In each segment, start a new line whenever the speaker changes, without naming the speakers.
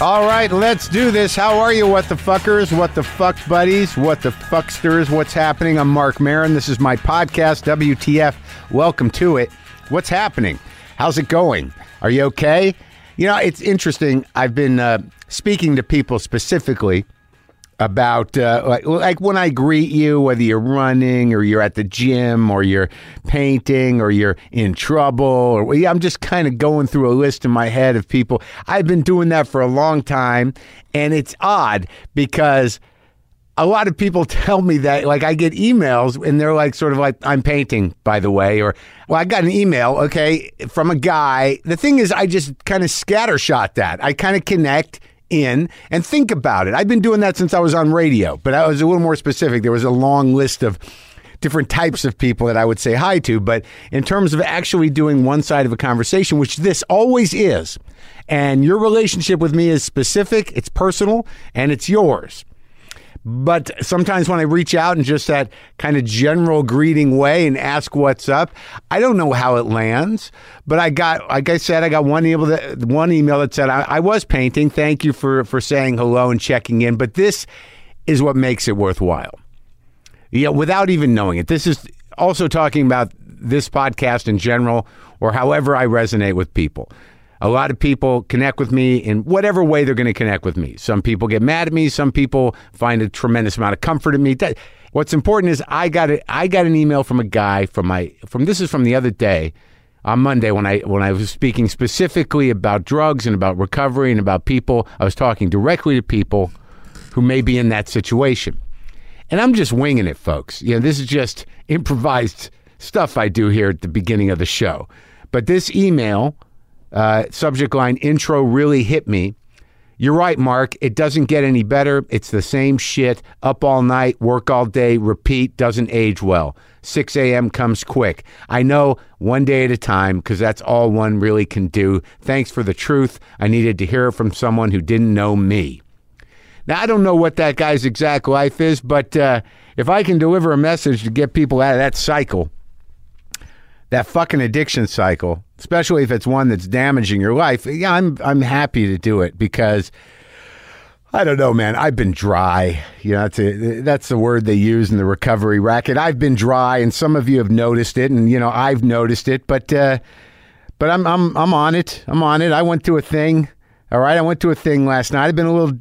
All right, let's do this. How are you, what the fuckers, what the fuck buddies, what the fucksters, what's happening? I'm Mark Marin. This is my podcast, WTF. Welcome to it. What's happening? How's it going? Are you okay? You know, it's interesting. I've been uh, speaking to people specifically about uh, like, like when I greet you, whether you're running or you're at the gym or you're painting or you're in trouble or yeah, I'm just kind of going through a list in my head of people. I've been doing that for a long time, and it's odd because a lot of people tell me that like I get emails and they're like sort of like I'm painting by the way or well I got an email okay from a guy the thing is I just kind of scattershot that I kind of connect in and think about it I've been doing that since I was on radio but I was a little more specific there was a long list of different types of people that I would say hi to but in terms of actually doing one side of a conversation which this always is and your relationship with me is specific it's personal and it's yours but sometimes when I reach out in just that kind of general greeting way and ask what's up, I don't know how it lands. But I got, like I said, I got one email that one email that said I, I was painting. Thank you for for saying hello and checking in. But this is what makes it worthwhile. Yeah, without even knowing it. This is also talking about this podcast in general, or however I resonate with people. A lot of people connect with me in whatever way they're going to connect with me. Some people get mad at me. Some people find a tremendous amount of comfort in me. That- what's important is I got a, I got an email from a guy from my from this is from the other day on Monday when I when I was speaking specifically about drugs and about recovery and about people. I was talking directly to people who may be in that situation. And I'm just winging it, folks. You know, this is just improvised stuff I do here at the beginning of the show. But this email, uh, subject line intro really hit me. You're right, Mark. It doesn't get any better. It's the same shit. Up all night, work all day, repeat, doesn't age well. 6 a.m. comes quick. I know one day at a time because that's all one really can do. Thanks for the truth. I needed to hear it from someone who didn't know me. Now, I don't know what that guy's exact life is, but uh, if I can deliver a message to get people out of that cycle, that fucking addiction cycle, especially if it's one that's damaging your life, yeah, I'm I'm happy to do it because I don't know, man. I've been dry. You know, that's, a, that's the word they use in the recovery racket. I've been dry, and some of you have noticed it, and you know, I've noticed it. But uh, but I'm I'm I'm on it. I'm on it. I went to a thing. All right, I went to a thing last night. I've been a little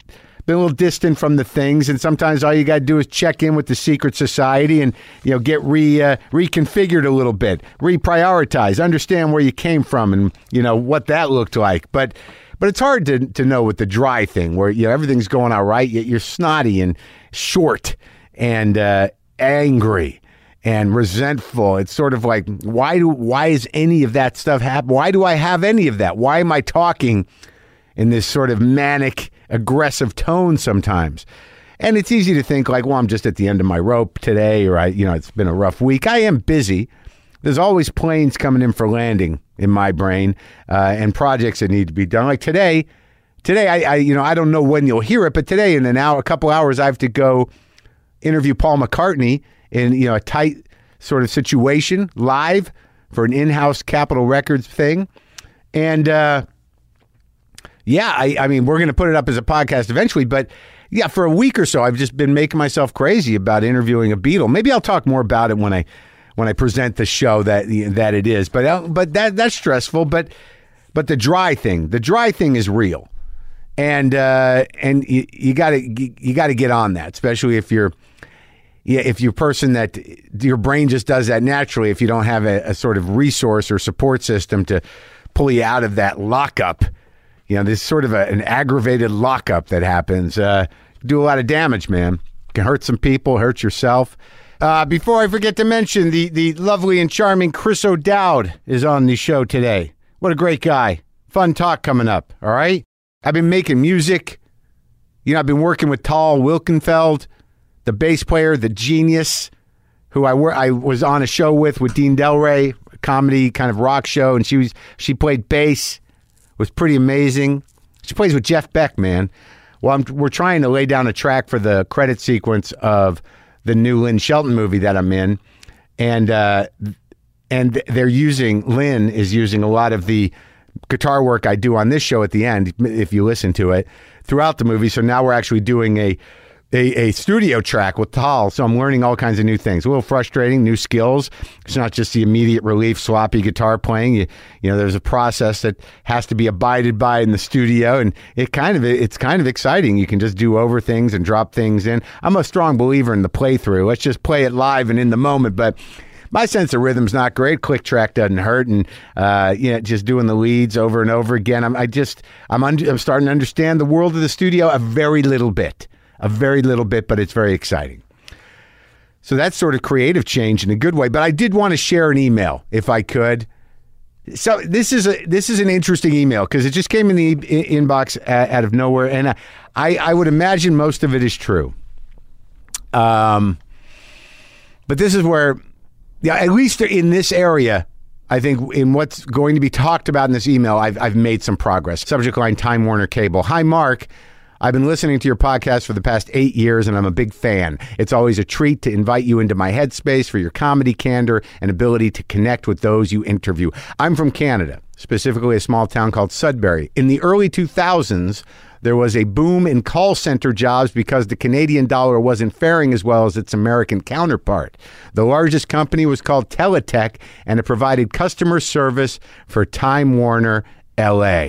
been a little distant from the things, and sometimes all you got to do is check in with the secret society and you know get re uh, reconfigured a little bit, reprioritize, understand where you came from, and you know what that looked like. But but it's hard to to know with the dry thing where you know everything's going all right, yet you're snotty and short and uh, angry and resentful. It's sort of like why do why is any of that stuff happen? Why do I have any of that? Why am I talking? in this sort of manic, aggressive tone sometimes. And it's easy to think like, well, I'm just at the end of my rope today, or I, you know, it's been a rough week. I am busy. There's always planes coming in for landing in my brain, uh, and projects that need to be done. Like today, today, I, I, you know, I don't know when you'll hear it, but today in an hour, a couple hours, I have to go interview Paul McCartney in you know a tight sort of situation live for an in-house Capitol Records thing, and. uh yeah, I, I mean, we're going to put it up as a podcast eventually, but yeah, for a week or so, I've just been making myself crazy about interviewing a Beatle. Maybe I'll talk more about it when I when I present the show that that it is. But uh, but that that's stressful. But but the dry thing, the dry thing is real, and uh, and you, you got to you got to get on that, especially if you're yeah, if you're a person that your brain just does that naturally, if you don't have a, a sort of resource or support system to pull you out of that lockup, you know, there's sort of a, an aggravated lockup that happens. Uh, do a lot of damage, man. Can hurt some people, hurt yourself. Uh, before I forget to mention, the, the lovely and charming Chris O'Dowd is on the show today. What a great guy. Fun talk coming up, all right? I've been making music. You know, I've been working with Tal Wilkenfeld, the bass player, the genius, who I wor- I was on a show with with Dean Del Rey, a comedy kind of rock show, and she was she played bass, was pretty amazing. She plays with Jeff Beck, man. Well, I'm, we're trying to lay down a track for the credit sequence of the new Lynn Shelton movie that I'm in, and uh, and they're using Lynn is using a lot of the guitar work I do on this show at the end. If you listen to it, throughout the movie. So now we're actually doing a a, a studio track with Tal. So I'm learning all kinds of new things. A little frustrating, new skills. It's not just the immediate relief, sloppy guitar playing. You, you know, there's a process that has to be abided by in the studio, and it kind of it's kind of exciting. You can just do over things and drop things in. I'm a strong believer in the playthrough. Let's just play it live and in the moment, but. My sense of rhythm's not great. Click track doesn't hurt, and uh, you know, just doing the leads over and over again. I'm, I just, I'm, un- I'm starting to understand the world of the studio a very little bit a very little bit, but it's very exciting. So that's sort of creative change in a good way. But I did want to share an email if I could. So this is a this is an interesting email because it just came in the i- inbox a- out of nowhere, and I, I I would imagine most of it is true. Um, but this is where, yeah, at least in this area, I think in what's going to be talked about in this email, I've, I've made some progress. Subject line Time Warner Cable. Hi, Mark. I've been listening to your podcast for the past eight years, and I'm a big fan. It's always a treat to invite you into my headspace for your comedy candor and ability to connect with those you interview. I'm from Canada, specifically a small town called Sudbury. In the early 2000s, there was a boom in call center jobs because the Canadian dollar wasn't faring as well as its American counterpart. The largest company was called Teletech, and it provided customer service for Time Warner LA.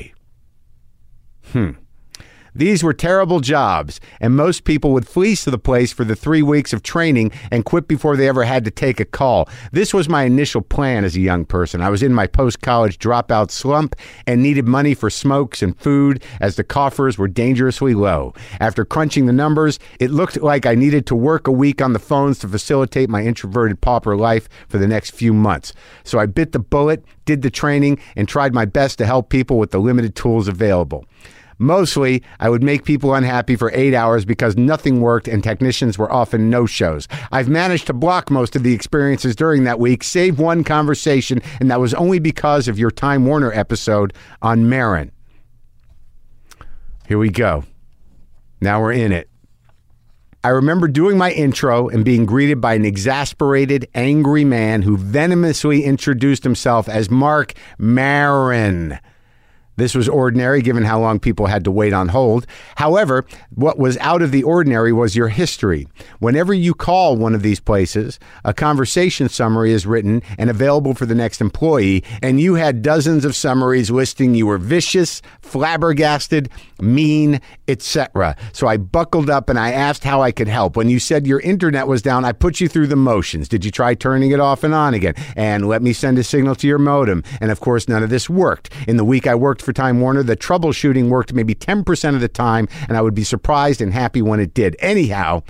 These were terrible jobs, and most people would fleece the place for the three weeks of training and quit before they ever had to take a call. This was my initial plan as a young person. I was in my post college dropout slump and needed money for smokes and food as the coffers were dangerously low. After crunching the numbers, it looked like I needed to work a week on the phones to facilitate my introverted pauper life for the next few months. So I bit the bullet, did the training, and tried my best to help people with the limited tools available. Mostly, I would make people unhappy for eight hours because nothing worked and technicians were often no shows. I've managed to block most of the experiences during that week, save one conversation, and that was only because of your Time Warner episode on Marin. Here we go. Now we're in it. I remember doing my intro and being greeted by an exasperated, angry man who venomously introduced himself as Mark Marin. This was ordinary given how long people had to wait on hold. However, what was out of the ordinary was your history. Whenever you call one of these places, a conversation summary is written and available for the next employee, and you had dozens of summaries listing you were vicious, flabbergasted, mean, etc. So I buckled up and I asked how I could help. When you said your internet was down, I put you through the motions. Did you try turning it off and on again? And let me send a signal to your modem. And of course, none of this worked. In the week I worked for Time Warner, the troubleshooting worked maybe 10% of the time, and I would be surprised and happy when it did. Anyhow,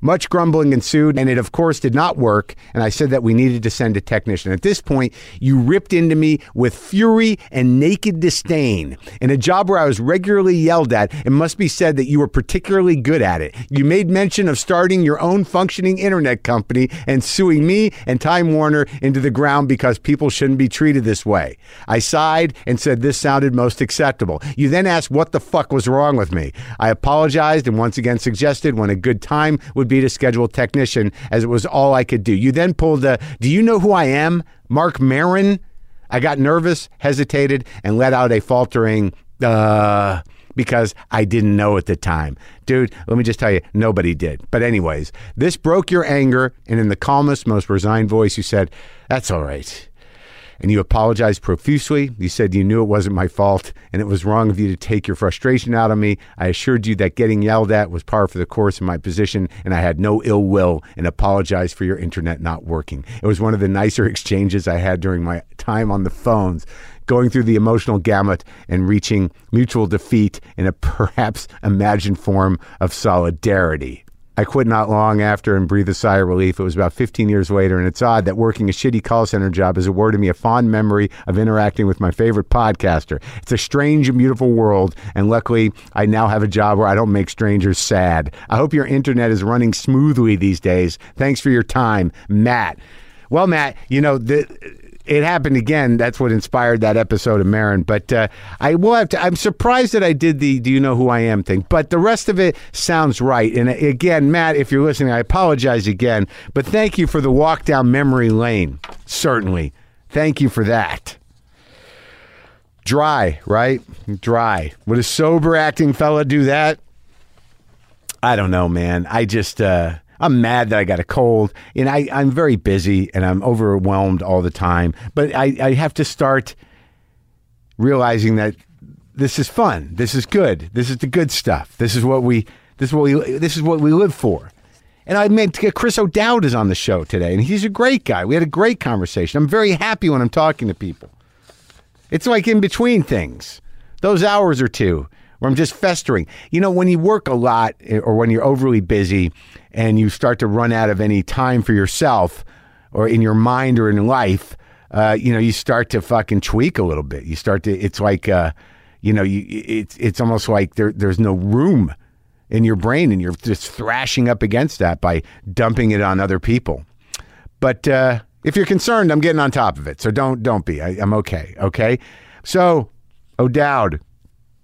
much grumbling ensued, and it, of course, did not work. And I said that we needed to send a technician. At this point, you ripped into me with fury and naked disdain. In a job where I was regularly yelled at, it must be said that you were particularly good at it. You made mention of starting your own functioning internet company and suing me and Time Warner into the ground because people shouldn't be treated this way. I sighed and said this sounded most acceptable. You then asked what the fuck was wrong with me. I apologized and once again suggested when a good time would be to schedule a technician as it was all I could do. You then pulled the do you know who I am? Mark Marin? I got nervous, hesitated, and let out a faltering uh because I didn't know at the time. Dude, let me just tell you, nobody did. But anyways, this broke your anger and in the calmest, most resigned voice you said, "That's all right." and you apologized profusely. You said you knew it wasn't my fault and it was wrong of you to take your frustration out on me. I assured you that getting yelled at was par for the course in my position and I had no ill will and apologized for your internet not working. It was one of the nicer exchanges I had during my time on the phones, going through the emotional gamut and reaching mutual defeat in a perhaps imagined form of solidarity. I quit not long after and breathed a sigh of relief. It was about 15 years later, and it's odd that working a shitty call center job has awarded me a fond memory of interacting with my favorite podcaster. It's a strange and beautiful world, and luckily, I now have a job where I don't make strangers sad. I hope your internet is running smoothly these days. Thanks for your time, Matt. Well, Matt, you know, the, it happened again. That's what inspired that episode of Marin. But uh, I will have to. I'm surprised that I did the "Do you know who I am?" thing, but the rest of it sounds right. And uh, again, Matt, if you're listening, I apologize again. But thank you for the walk down memory lane. Certainly, thank you for that. Dry, right? Dry. Would a sober acting fella do that? I don't know, man. I just uh I'm mad that I got a cold. And I, I'm very busy and I'm overwhelmed all the time. But I, I have to start realizing that this is fun. This is good. This is the good stuff. This is what we this is what we this is what we live for. And I meant Chris O'Dowd is on the show today, and he's a great guy. We had a great conversation. I'm very happy when I'm talking to people. It's like in between things, those hours or two where I'm just festering. You know, when you work a lot eh, or when you're overly busy and you start to run out of any time for yourself or in your mind or in life, uh, you know, you start to fucking tweak a little bit. You start to, it's like, uh, you know, you, it's, it's almost like there, there's no room in your brain and you're just thrashing up against that by dumping it on other people. But uh, if you're concerned, I'm getting on top of it. So don't don't be. I, I'm okay. Okay. So O'Dowd,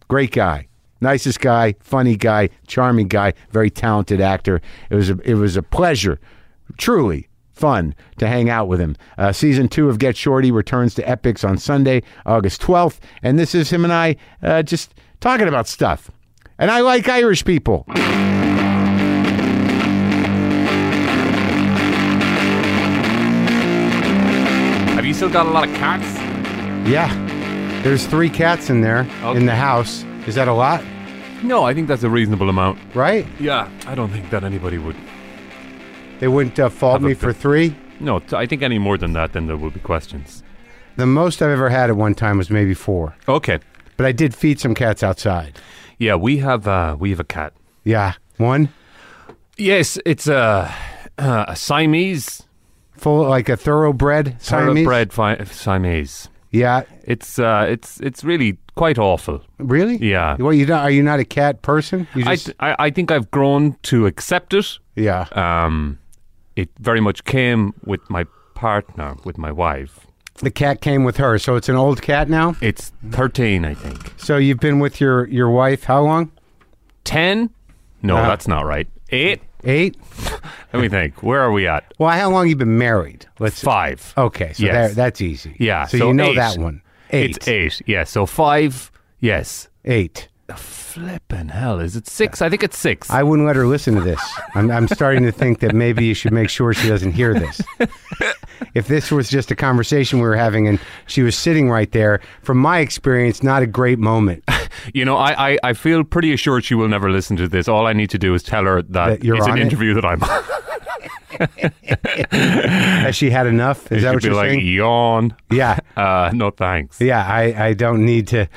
great guy, nicest guy, funny guy, charming guy, very talented actor. It was a, it was a pleasure, truly fun to hang out with him. Uh, season two of Get Shorty returns to Epics on Sunday, August 12th, and this is him and I uh, just talking about stuff. And I like Irish people.
Have you still got a lot of cats?
Yeah. There's three cats in there in
Okay.
the house. Is that a lot?
No, I think that's a reasonable amount.
Right?
Yeah, I don't think that anybody would.
They wouldn't uh, fault
Have a
me
bit.
for three.
No, t- I think any more than that, then there will be questions.
The most I've ever had at one time was maybe four.
Okay.
But I did feed some cats outside.
Yeah, we have uh, we have a cat.
Yeah. One
Yes, it's a uh, a Siamese
full, like a thoroughbred Siamese.
thoroughbred fi- Siamese.
Yeah.
It's uh, it's it's really quite awful.
Really?
Yeah.
Well, you not, are you not a cat person? You
I,
just,
th- I I think I've grown to accept it.
yeah.
Um, it very much came with my partner, with my wife.
The cat came with her. So it's an old cat now.
It's thirteen, I think.
So you've been with your, your wife how long?
10? No,
Uh-huh.
that's not right. 8?
Eight?
Let me think. Where are we at?
Well, how long you been married? Let's
5.
Okay, so
Yes.
there, that's easy.
Yeah,
So,
so
you know
eight.
that one. Eight.
It's 8. Yeah, so 5. Yes.
Eight.
Flippin' hell, is it 6? I think it's 6.
I wouldn't let her listen to this. I'm, I'm starting to think that maybe you should make sure she doesn't hear this. if this was just a conversation we were having and she was sitting right there, from my experience, not a great moment.
you know, I, I, I feel pretty assured she will never listen to this. All I need to do is tell her that,
That you're
it's an
on it?
interview that I'm on.
Has she had enough? Is that
She'd
what
be
you're
like,
saying?
yawn.
Yeah.
Uh, no thanks.
Yeah, I, I don't need to.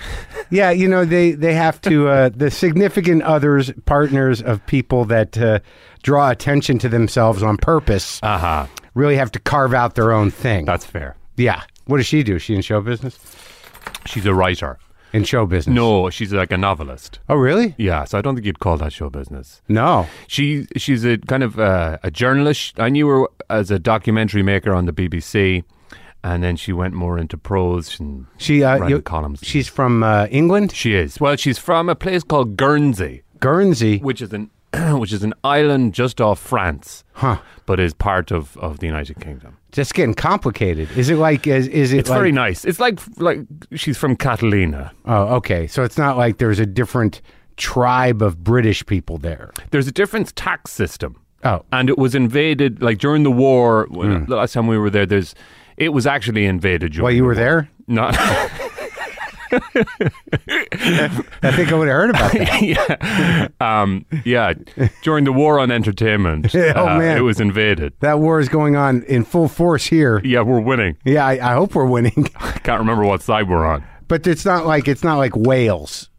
Yeah, you know they they have to uh, the significant others partners of people that uh, draw attention to themselves on purpose
Uh huh.
really have to carve out their own thing.
That's fair.
yeah. What does she do? Is she in show business?
She's a writer.
In show business?
No, she's like a novelist.
Oh, really?
Yeah, so I don't think you'd call that show business.
No.
She she's a kind of uh, a journalist. I knew her as a documentary maker on the BBC, and then she went more into prose. And
She uh,
Writing columns.
She's from uh, England,
she is well. She's from a place called Guernsey,
Guernsey.
which is an which is an island just off France,
Huh.
but is part of, of the United Kingdom.
Just getting complicated. Is it like? Is, is it?
It's
like,
very nice. It's like like she's from Catalina.
Oh, okay. So it's not like there's a different tribe of British people there.
There's a different tax system.
Oh,
and it was invaded like during the war. When, The last time we were there, there's it was actually invaded. During
well, you
the
were
war.
there.
Not
I think I would have heard about that.
yeah, um, yeah. During the war on entertainment, uh,
Yeah, oh, man.
it was invaded.
that war is going on in full force here.
Yeah, we're winning.
Yeah, I, I hope we're winning,
I can't remember what side we're on.
but it's not like it's not like Wales.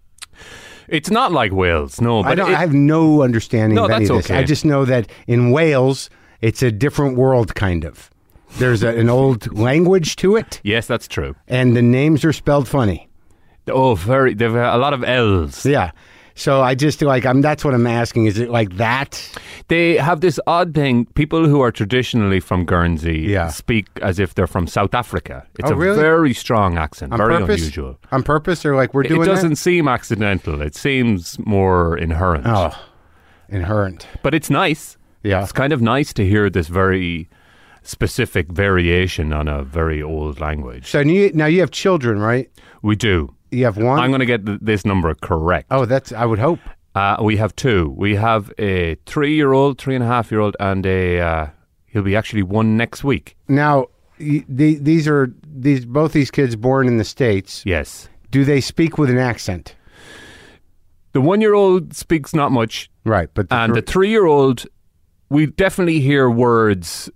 It's not like Wales, no. But
I don't.
it-
I have no understanding
No,
of any
that's
of this.
okay.
I just know that in Wales, it's a different world, kind of. There's a, an old language to it,
yes, that's true.
and the names are spelled funny.
Oh, very. They've a lot of L's.
Yeah. So I just like I'm. That's what I'm asking. Is it like that?
They have this odd thing. People who are traditionally from Guernsey
Yeah.
speak as if they're from South Africa. It's
Oh,
a
really?
very strong accent.
On
very
purpose?
unusual.
On purpose, or like we're doing
It doesn't
that?
seem accidental. It seems more inherent.
Oh, inherent.
But it's nice.
Yeah.
It's kind of nice to hear this very specific variation on a very old language.
So now you, now you have children, right?
We do.
You have one.
I'm going to get th- this number correct.
oh, that's. I would hope.
Uh, we have two. We have a three-year-old, three and a half-year-old, and a uh, he'll be actually one next week.
Now, y- the, these are these both these kids born in the states.
Yes,
Do they speak with an accent?
the one-year-old speaks not much,
Right, but the,
and
thr-
the three-year-old, we definitely hear words.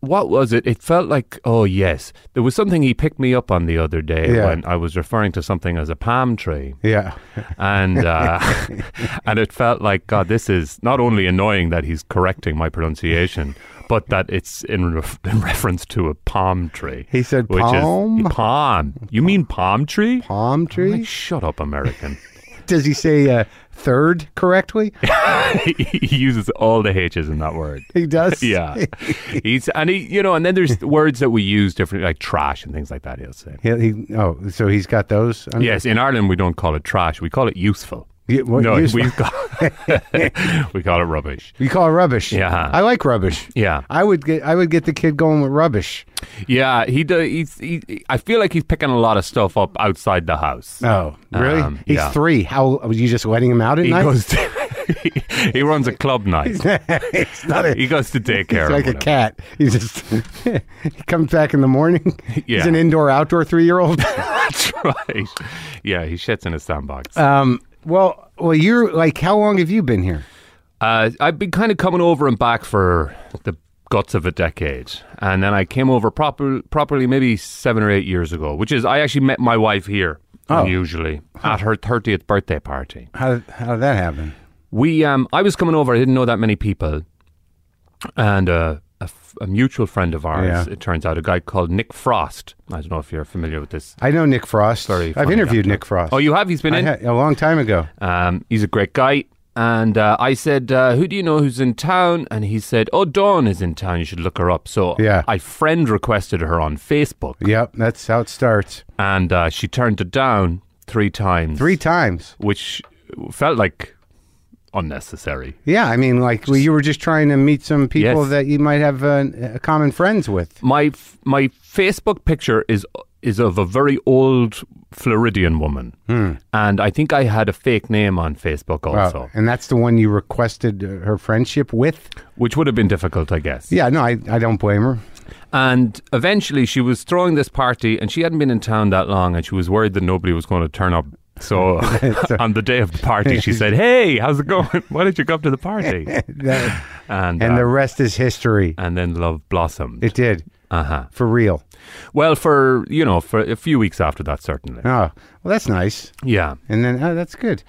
What was it? It felt like oh yes, there was something he picked me up on the other day
Yeah.
when I was referring to something as a palm tree.
yeah,
and uh, and it felt like God, this is not only annoying that he's correcting my pronunciation, but that it's in, ref- in reference to a palm tree.
He said
which
palm?
Is, palm. You mean palm tree?
palm tree.
Like, shut up, American.
Does he say uh, third correctly?
he, he uses all the H's in that word.
He does.
Yeah, he's and he, you know, and then there's words that we use differently, like trash and things like that. He'll say.
He, he, oh, so he's got those. under-
Yes, in Ireland we don't call it trash; we call it useful.
You, what,
no,
you,
we've got we call it rubbish.
you call it rubbish.
Yeah.
I like rubbish.
Yeah,
I would get I would get the kid going with rubbish.
Yeah, he does. He's, he, I feel like he's picking a lot of stuff up outside the house.
Oh, really?
Um,
he's
yeah.
three. How was you just letting him out at
he
night?
goes. To, he, he runs a club night.
it's not a,
He goes to daycare.
He's
or
like a
whatever.
cat. He just he comes back in the morning. He's
Yeah.
an indoor outdoor three year old.
That's right. Yeah, he shits in his sandbox. Uh,
um, well, well, you're like, how long have you been here?
Uh, I've been kind of coming over and back for the guts of a decade, and then I came over proper, properly maybe seven or eight years ago, which is I actually met my wife here.
Oh.
Unusually at her thirtieth birthday party.
How how did that happen?
We, um, I was coming over. I didn't know that many people, and uh, a, f- a mutual friend of ours.
Yeah.
It turns out a guy called Nick Frost. I don't know if you're familiar with this.
I know Nick Frost. Sorry, I've
funny
interviewed Nick Frost.
Oh, you have. He's been
I
in.
had- a long time ago.
Um, he's a great guy. And uh, I said, uh, "Who do you know who's in town?" And he said, "Oh, Dawn is in town. You should look her up." So
Yeah.
I friend requested her on Facebook,
Yep, that's how it starts.
and uh, she turned it down three times,
Three times.
which felt like unnecessary.
Yeah, I mean, like well, you were just trying to meet some people
Yes.
that you might have uh, uh, common friends with.
my f- my Facebook picture is is of a very old Floridian woman, and I think I had a fake name on Facebook also,
and that's the one you requested uh, her friendship with.
which would have been difficult, I guess.
Yeah, no, I, I don't blame her.
And eventually, she was throwing this party, and she hadn't been in town that long, and she was worried that nobody was going to turn up. So on the day of the party, she said, "Hey, how's it going? Why did you come to the party?"
That-
And
and
uh,
the rest is history.
and then love blossomed.
It did
Uh huh.
for real.
Well, for you know, for a few weeks after that, certainly.
Oh, well, that's nice.
Yeah.
And then oh, that's good.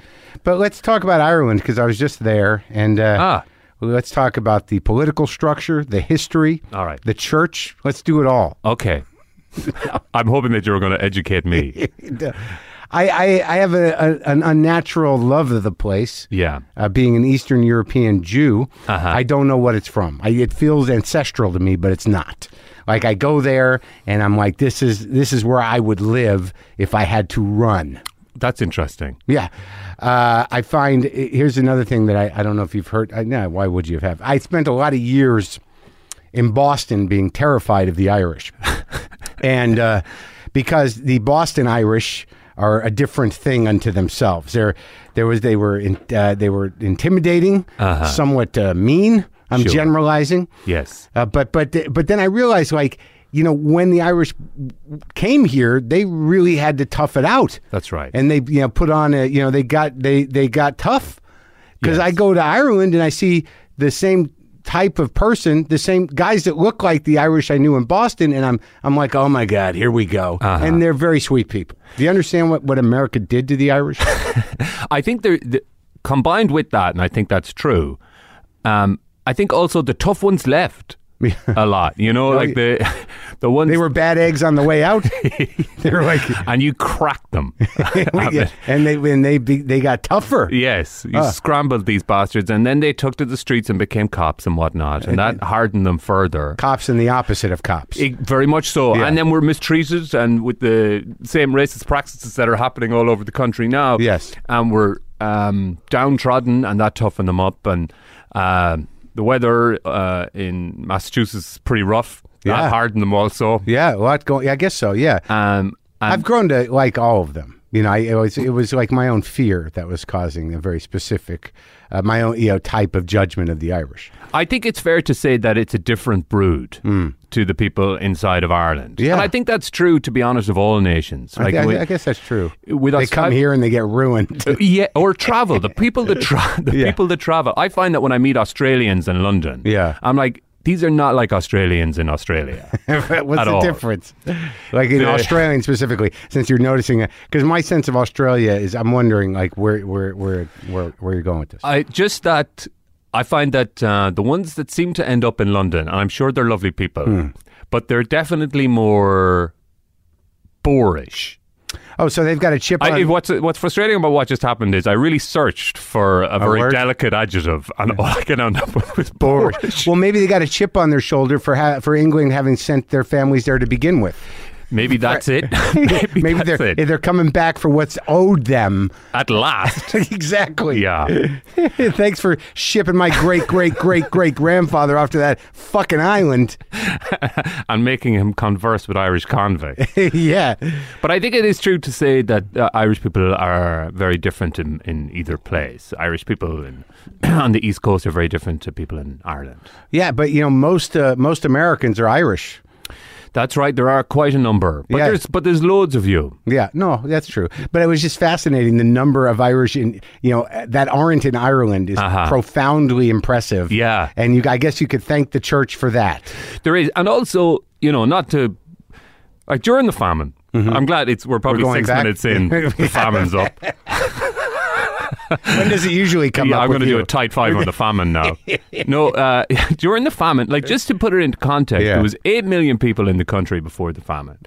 But let's talk about Ireland because I was just there, and uh,
Ah.
let's talk about the political structure, the history,
All right.
the church. Let's do it all.
Okay. I'm hoping that you're going to educate me.
I, I, I have a, a, an unnatural love of the place.
Yeah.
Uh, being an Eastern European Jew, I don't know what it's from. I, it feels ancestral to me, but it's not. Like I go there and I'm like, this is this is where I would live if I had to run.
That's interesting.
Yeah, uh, I find i- here's another thing that I, I don't know if you've heard. I, no, why would you have? I spent a lot of years in Boston being terrified of the Irish, and uh, because the Boston Irish are a different thing unto themselves. There, there was they were in, uh, they were intimidating, somewhat uh, mean. I'm
Sure.
generalizing.
Yes.
Uh, but but but then I realized like you know when the Irish came here, they really had to tough it out.
That's right.
And they you know put on a you know they got they they got tough because I go to Ireland and I see the same type of person, the same guys that look like the Irish I knew in Boston, and I'm I'm like oh my god here we go,
Uh-huh.
and they're very sweet people. Do you understand what what America did to the Irish?
I think there, the, combined with that, and I think that's true, um, I think also the tough ones left a lot. You know, like the, the ones.
Oh, they were bad eggs on the way out. they were like.
and you cracked them.
and they and they be- they got tougher.
yes,
Ah.
you scrambled these bastards, and then they took to the streets and became cops and whatnot, and that hardened them further.
cops and the opposite of cops.
It- very much so. And then we're mistreated, and with the same racist practices that are happening all over the country now.
Yes.
And we're um, downtrodden, and that toughened them up. And um the weather uh, in Massachusetts is pretty rough.
Yeah.
I've hardened them also.
Yeah, a lot going. I guess so. Yeah,
Um, and
I've grown to like all of them. You know, I, it was it was like my own fear that was causing a very specific, uh, my own you know type of judgment of the Irish.
I think it's fair to say that it's a different brood to the people inside of Ireland.
Hmm. Yeah.
And I think that's true, to be honest, of all nations.
I,
Like,
I-
we-
I guess that's true.
with
They
us-
come
I've-
here and they get ruined.
yeah, or travel. The people that tra- the people that travel. I find that when I meet Australians in London,
Yeah.
I'm like, these are not like Australians in Australia.
What's the
all.
difference? Like in
Yeah.
Australian specifically, since you're noticing it, because my sense of Australia is, I'm wondering like where where where where where you're going with this.
I just that I find that uh, the ones that seem to end up in London, and I'm sure they're lovely people, but they're definitely more boorish.
Oh, so they've got a chip on.
I, what's what's frustrating about what just happened is I really searched for a very
word?
delicate adjective, and all I can end up with was
Bored.
boorish.
Well, maybe they got a chip on their shoulder for ha- for England having sent their families there to begin with.
Maybe that's it. Maybe,
Maybe
that's
they're
it.
they're coming back for what's owed them.
At last,
exactly.
yeah.
Thanks for shipping my great great great great grandfather off to that fucking island.
and making him converse with Irish convicts.
yeah.
but I think it is true to say that uh, Irish people are very different in, in either place. Irish people in, on the East Coast are very different to people in Ireland.
Yeah, but you know most uh, most Americans are Irish.
That's right. There are quite a number, but
Yeah.
there's but there's loads of you.
Yeah, no, that's true. But it was just fascinating. The number of Irish in you know that aren't in Ireland is profoundly impressive.
Uh-huh. Yeah.
and you, I guess you could thank the church for that.
There is, and also you know not to like during the famine. I'm glad it's we're probably
Mm-hmm. going
six
back.
minutes in. The famine's up.
When does it usually come
Yeah,
up?
I'm
with
going to do
you?
a tight five on the famine now. no, uh, during the famine, like just to put it into context,
Yeah.
there was eight million people in the country before the famine.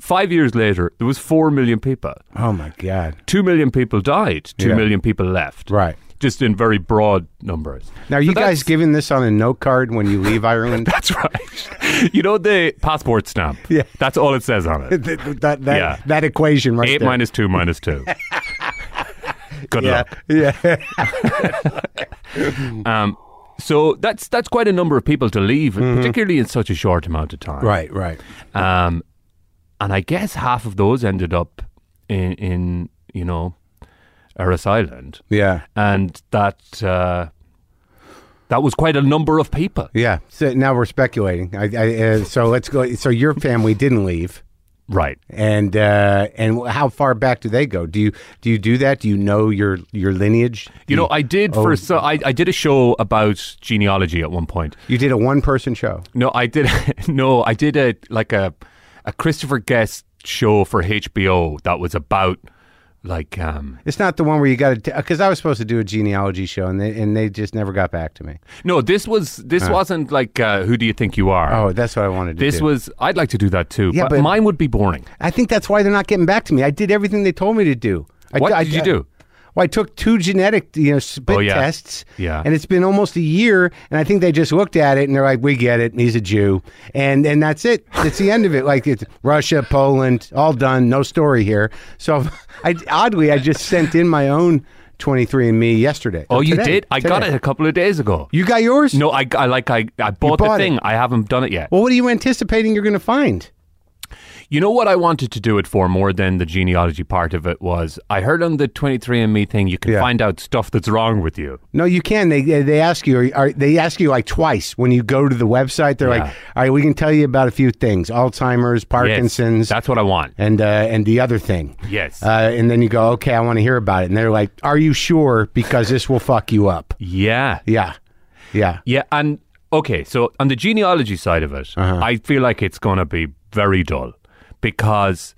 Five years later, there was four million people.
Oh my god!
Two million people died. Two
Yeah.
million people left.
Right
Just in very broad numbers.
now, are you
that's-
guys giving this on a note card when you leave Ireland?
That's right. you know the passport stamp.
Yeah.
That's all it says on it.
that, that, that,
Yeah.
that equation right
Eight
there.
minus two minus two. Good
yeah,
luck.
yeah.
Um, so that's that's quite a number of people to leave,
Mm-hmm.
particularly in such a short amount of time.
right, right.
Um, and I guess half of those ended up in, in you know, Eris Island,
Yeah,
and that uh, that was quite a number of people.
yeah. So now we're speculating. I, I, uh, so let's go. So your family didn't leave.
Right.
and uh, and how far back do they go? Do you do you do that? Do you know your your lineage?
You know, I did
Oh.
for so I, I did a show about genealogy at one point.
You did a one person show.
No, I did no, I did a like a a Christopher Guest show for HBO that was about like um
It's not the one where you got to because I was supposed to do a genealogy show and they and they just never got back to me.
no this was this wasn't like uh, who do you think you are
Oh, that's what I wanted to
this
do.
was I'd like to do that too
Yeah, but-
but mine would be boring
I think that's why they're not getting back to me. I did everything they told me to do. I,
What
I-
did you do?
Well, I took two genetic, you know, spit
Oh, yeah.
tests.
Yeah.
And it's been almost a year, and I think they just looked at it and they're like, "We get it. He's a Jew," and and that's it. It's the end of it. Like it's Russia, Poland, all done. No story here. So, I oddly, I just sent in my own 23andMe yesterday.
Oh,
Or
you
today.
did? I got
Today.
it a couple of days ago.
You got yours?
no, I, I like I, I bought,
bought it.
the thing. I haven't done it yet.
Well, what are you anticipating you're going to find?
You know what I wanted to do it for more than the genealogy part of it was I heard on the 23andMe thing you can
Yeah.
find out stuff that's wrong with you.
No, you can. They they ask you. Are, are, they ask you like twice when you go to the website. They're
Yeah.
like, "All right, we can tell you about a few things: Alzheimer's,
Yes,
Parkinson's,
that's what I want.
and uh, and the other thing."
Yes.
Uh, and then you go, "Okay, I want to hear about it." And they're like, "Are you sure? Because this will fuck you up."
yeah.
Yeah, yeah.
Yeah. And okay, so on the genealogy side of it,
Uh-huh.
I feel like it's going to be very dull because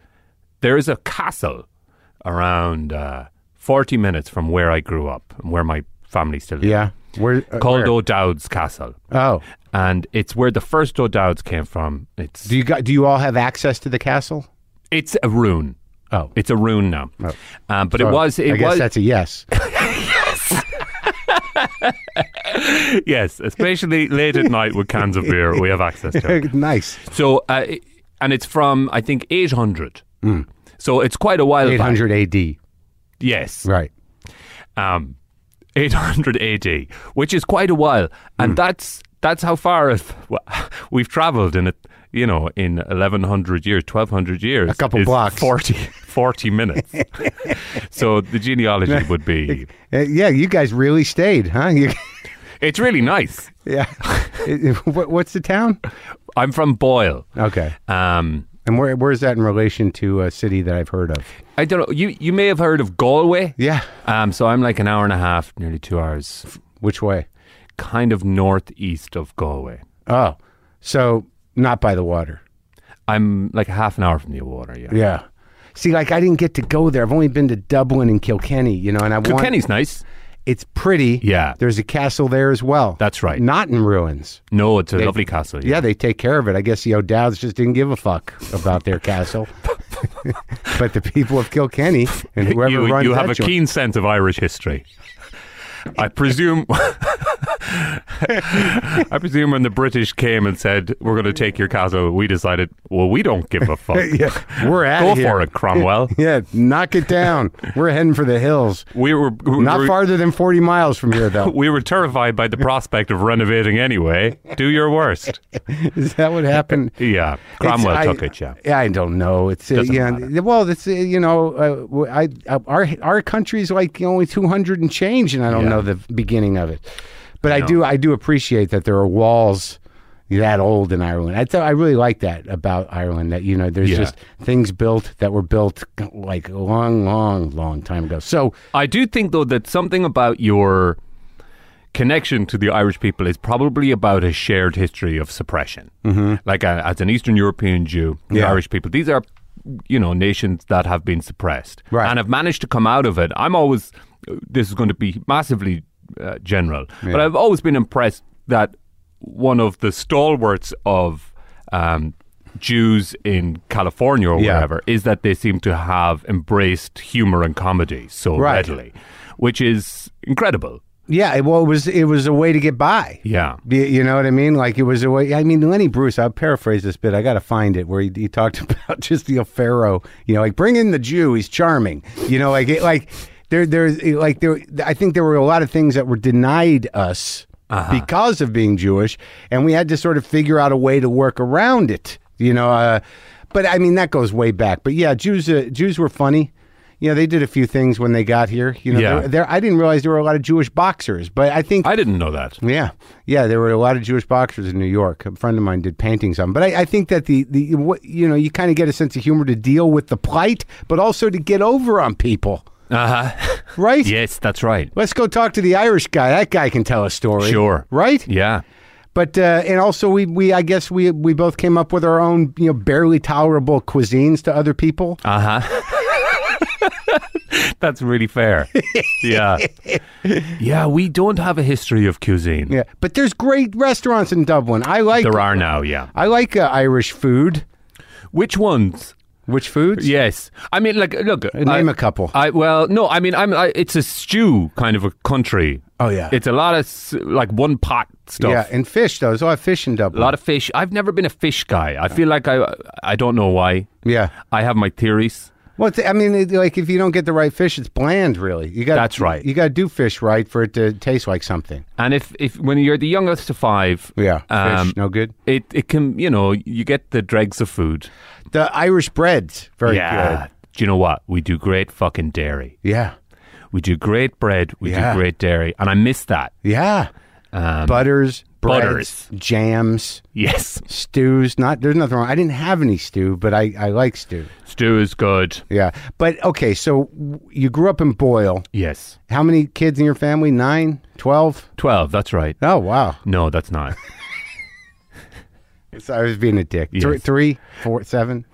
there is a castle around uh, 40 minutes from where I grew up and where my family still lives
Yeah. Where? uh,
called
where?
O'Dowd's Castle.
Oh,
and it's where the first O'Dowds came from. It's
do you got? Do you all have access to the castle?
it's a rune.
Oh.
it's a rune now. Um, but it
Oh,
was
I
it
guess
was
that's a yes.
yes, especially late at night with cans of beer, we have access to. It.
nice.
So uh, it- and it's from I think 800. So it's quite a while
Hmm. Eight
back.
hundred A.D.
Yes,
Right. Hmm.
um, 800 AD, which is quite a while, and that's that's how far it, well, we've traveled in it. You know, in 1100 years, 1200 years,
A couple
is
blocks.
40, 40 minutes. so the genealogy would be.
Uh, yeah, you guys really stayed, huh? You,
It's really nice.
yeah. what, what's the town?
I'm from Boyle.
Okay.
Um,
And where where is that in relation to a city that I've heard of?
I don't know. You you may have heard of Galway.
Yeah.
Um, so I'm like an hour and a half, nearly two hours, f-
Which way?
kind of northeast of Galway.
Oh, so not by the water.
I'm like half an hour from the water. Yeah.
Yeah. See, like I didn't get to go there. I've only been to Dublin and Kilkenny, you know, and I want
Kilkenny's nice.
it's pretty.
Yeah.
There's a castle there as well.
That's right.
Not in ruins.
No, it's a lovely castle.
Yeah, they take care of it. I guess the O'Dowds just didn't give a fuck about their castle. but the people of Kilkenny and whoever
you,
runs
you have
that
a
joint-
keen sense of Irish history. I presume. I presume when the British came and said we're going to take your castle, we decided, well, we don't give a fuck.
yeah, we're at
Go for it, Cromwell.
Yeah, knock it down. we're heading for the hills.
We were we
Not
were,
farther than 40 miles from here, though.
We were terrified by the prospect of renovating anyway. Do your worst.
Is that what happened?
Yeah, Cromwell
It's- I-
took it. Yeah.
I don't know. It's uh,
Doesn't
yeah. Well, it's uh, you know, uh, w- I uh, our our country's like only two hundred and change, and I don't
Yeah.
know the beginning of it. But I, do I do appreciate that there are walls that old in Ireland. I th- I really like that about Ireland. That you know, there's
Yeah.
just things built that were built like a long, long, long time ago. So
I do think though that something about your connection to the Irish people is probably about a shared history of suppression. Mm-hmm. Like uh as an Eastern European Jew, the
Yeah.
Irish people, these are you know nations that have been suppressed
Right.
and have managed to come out of it. I'm always this is going to be massively uh, general, but I've always been impressed that one of the stalwarts of um, Jews in California or
Yeah.
wherever is that they seem to have embraced humor and comedy so
Right.
readily, which is incredible.
yeah, it, well, it was it was a way to get by.
Yeah.
You, you know what I mean? Like it was a way. I mean, Lenny Bruce. I'll paraphrase this bit. I got to find it where he, he talked about just the Pharaoh. You know, like bring in the Jew. He's charming. You know, like it, like there, there's like there. I think there were a lot of things that were denied us because of being Jewish, and we had to sort of figure out a way to work around it. You know, uh, but I mean that goes way back. But yeah, Jews. Uh, Jews were funny. You know, they did a few things when they got here. You know,
Yeah.
there, there, I didn't realize there were a lot of Jewish boxers, but I think
I didn't know that.
yeah, yeah. There were a lot of Jewish boxers in New York. A friend of mine did paintings on, 'em. but I, I think that the the what you know you kind of get a sense of humor to deal with the plight, but also to get over on people,
Uh huh.
right?
yes, that's right.
Let's go talk to the Irish guy. That guy can tell a story,
Sure.
right?
Yeah.
But uh, and also we we I guess we we both came up with our own you know barely tolerable cuisines to other people.
Uh huh. that's really fair. Yeah. Yeah, we don't have a history of cuisine.
yeah, but there's great restaurants in Dublin. I like
There are now, yeah.
I like uh, Irish food.
Which ones?
Which foods?
Yes. I mean, like, look.
Uh, Name
I-
a couple.
I well, no, I mean, I'm. I, it's a stew kind of a country.
Oh, yeah.
it's a lot of s- like one pot stuff.
yeah, and fish though. There's a lot of fish in
a
Dublin.
lot of fish. I've never been a fish guy. I feel like I. I don't know why.
yeah.
I have my theories.
Well, it's, I mean, it, like if you don't get the right fish, it's bland. Really, you got
That's right.
You got to do fish right for it to taste like something.
And if, if when you're the youngest of five,
Yeah,
um,
fish no good.
it it can you know you get the dregs of food.
The Irish bread's very
yeah. Do you know what? We do great fucking dairy.
good. Yeah,
We do great bread. We
Yeah.
do great dairy, and I miss that.
yeah.
Um,
Butters, breads,
butters.
jams,
yes,
stews. Not there's nothing wrong. I didn't have any stew, but I I like stew.
stew is good.
Yeah, but okay. So w- you grew up in Boyle.
Yes,
How many kids in your family? Nine, twelve.
twelve. That's right.
Oh wow!
No, that's not.
So I was being a dick. Three,
Yes.
three, four, seven.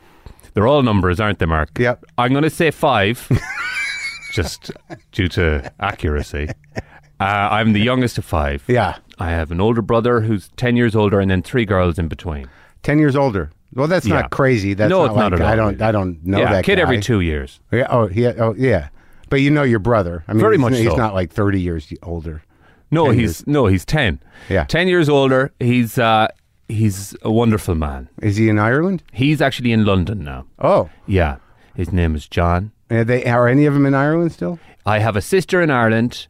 They're all numbers, aren't they, Mark?
Yep.
I'm going to say five, just due to accuracy. Uh, I'm the youngest of five.
Yeah,
I have an older brother who's 10 years older and then three girls in between.
10 years older. Well, that's
Yeah.
not crazy. That's
No,
not
it's not
like-
at all.
I don't. I don't know
yeah,
that
kid
guy.
every two years.
Yeah. Oh, yeah. Oh, yeah. But you know your brother. I mean,
Very
he's,
much
He's
so.
not like thirty years older.
No,
10
he's no, he's 10.
Yeah.
10 years older. He's uh, he's a wonderful man.
Is he in Ireland?
He's actually in London now.
Oh,
Yeah. His name is John.
are Uh, they are any of them in Ireland still?
I have a sister in Ireland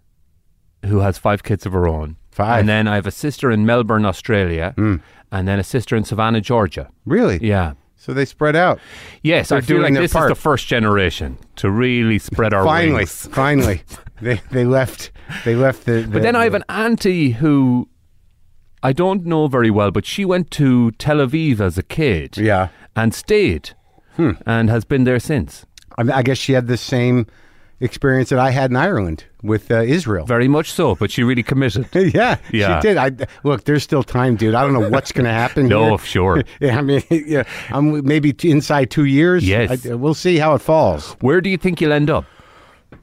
who has five kids of her own.
Five. Hmm.
And then I have a sister in Melbourne, Australia, and then a sister in Savannah, Georgia.
Really?
Yeah.
So they spread out.
Yes, I feel
doing
like
their
this
part.
is the first generation to really spread our
Finally,
wings.
finally, they they left. They left the.
But then I have an auntie who I don't know very well, but she went to Tel Aviv as a kid.
Yeah.
And stayed and has been there since.
I, mean, I guess she had the same experience that I had in Ireland with uh, Israel.
Very much so, but she really committed.
yeah,
Yeah.
she did. I, look, there's still time, dude. I don't know what's going to happen.
No,
here.
sure.
yeah, I mean, yeah, I'm maybe t- inside two years.
Yes.
I- we'll see how it falls.
Where do you think you'll end up?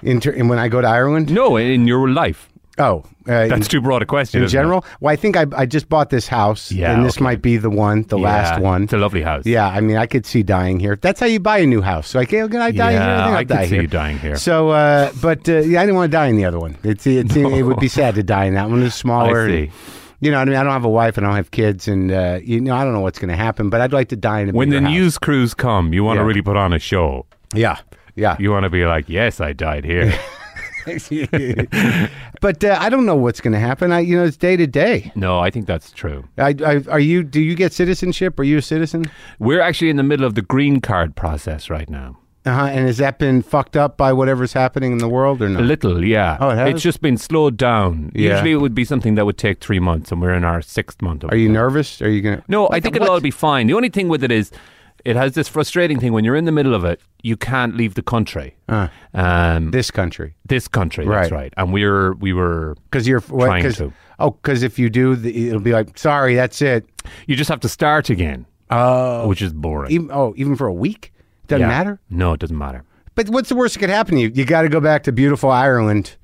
In ter- and when I go to Ireland,
No, in your life.
oh, uh,
That's too broad a question.
in
isn't it?
general, well, I think I, I just bought this house,
Yeah,
and this
okay.
might be the one, the
Yeah,
last one.
It's a lovely house.
Yeah, I mean, I could see dying here. That's how you buy a new house. Like, hey, can I die here?
Yeah,
think I'll
I could
die
see
here.
you dying here.
So, uh, but uh, yeah, I didn't want to die in the other one. It's, it's, It would be sad to die in that one. It's smaller.
I see.
and- you know, what I mean, I don't have a wife and I don't have kids, and uh, you know, I don't know what's going to happen. But I'd like to die in a
When the
bigger house.
news crews come, you want
Yeah.
to really put on a show.
yeah, yeah.
You want to be like, yes, I died here.
but uh, I don't know what's going to happen. I, you know, it's day to day.
no, I think that's true.
I, I, are you? Do you get citizenship? Are you a citizen?
We're actually in the middle of the green card process right now.
Uh-huh. And has that been fucked up by whatever's happening in the world or
A
not?
little, yeah.
Oh, it has?
it's just been slowed down.
Yeah.
Usually it would be something that would take three months, and we're in our sixth month. Of
Are you nervous? Are you gonna?
No, I think it'll all be fine. The only thing with it is, it has this frustrating thing when you're in the middle of it, you can't leave the country.
Uh,
Um,
this country
this country, that's
Right.
right. And we're we were
because you're what,
Trying
'cause-
to.
Oh, because if you do, the, it'll be like sorry, that's it.
you just have to start again,
Oh,
which is boring.
even, oh, even for a week doesn't
Yeah.
matter.
No, it doesn't matter.
But what's the worst that could happen to you? You got to go back to beautiful Ireland.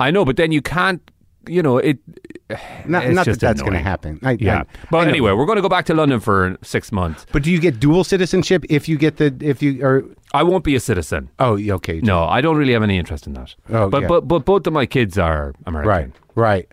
I know, but then you can't. You know, it.
Not,
It's
not that
just
that's going to
annoying.
happen. I,
Yeah,
I- I
but
know.
anyway, we're going to go back to London for six months.
But do you get dual citizenship if you get the if you or
I won't be a citizen.
oh yeah, okay
No, I don't really have any interest in that.
Oh,
but
yeah.
but but both of my kids are
right
American,
right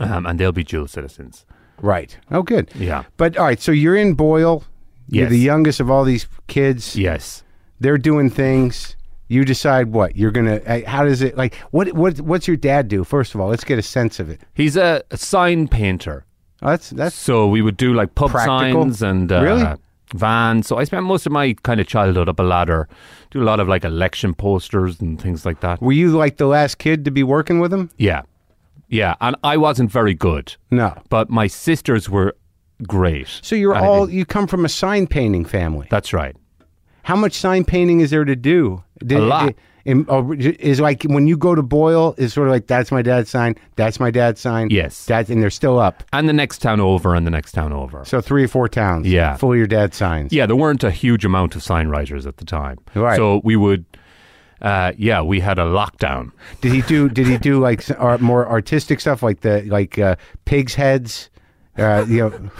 Um, and they'll be dual citizens.
right oh good
Yeah.
but all right so you're in Boyle you're
Yes.
the youngest of all these kids
Yes.
they're doing things. You decide what you're gonna. uh, How does it like? What what what's your dad do? First of all, let's get a sense of it.
He's a, a sign painter.
Oh, that's that's
So we would do like pub
Practical?
signs and uh,
Really?
vans. So I spent most of my kind of childhood up a ladder, do a lot of like election posters and things like that.
were you like the last kid to be working with him?
Yeah. Yeah. And I wasn't very good,
No.
but my sisters were great.
So you're
I
all you come from a sign painting family.
That's right.
How much sign painting is there to do? Did,
A lot.
did- in- oh, is like when you go to Boyle, is sort of like that's my dad's sign, that's my dad's sign.
Yes.
that's and they're still up.
And the next town over and the next town over.
So three or four towns.
Yeah.
full of your dad's signs.
Yeah, there weren't a huge amount of sign writers at the time.
Right.
So we would, uh, yeah, we had a lockdown.
Did he do? Did he do like s- art, more artistic stuff, like the like uh, pigs heads, uh, you know,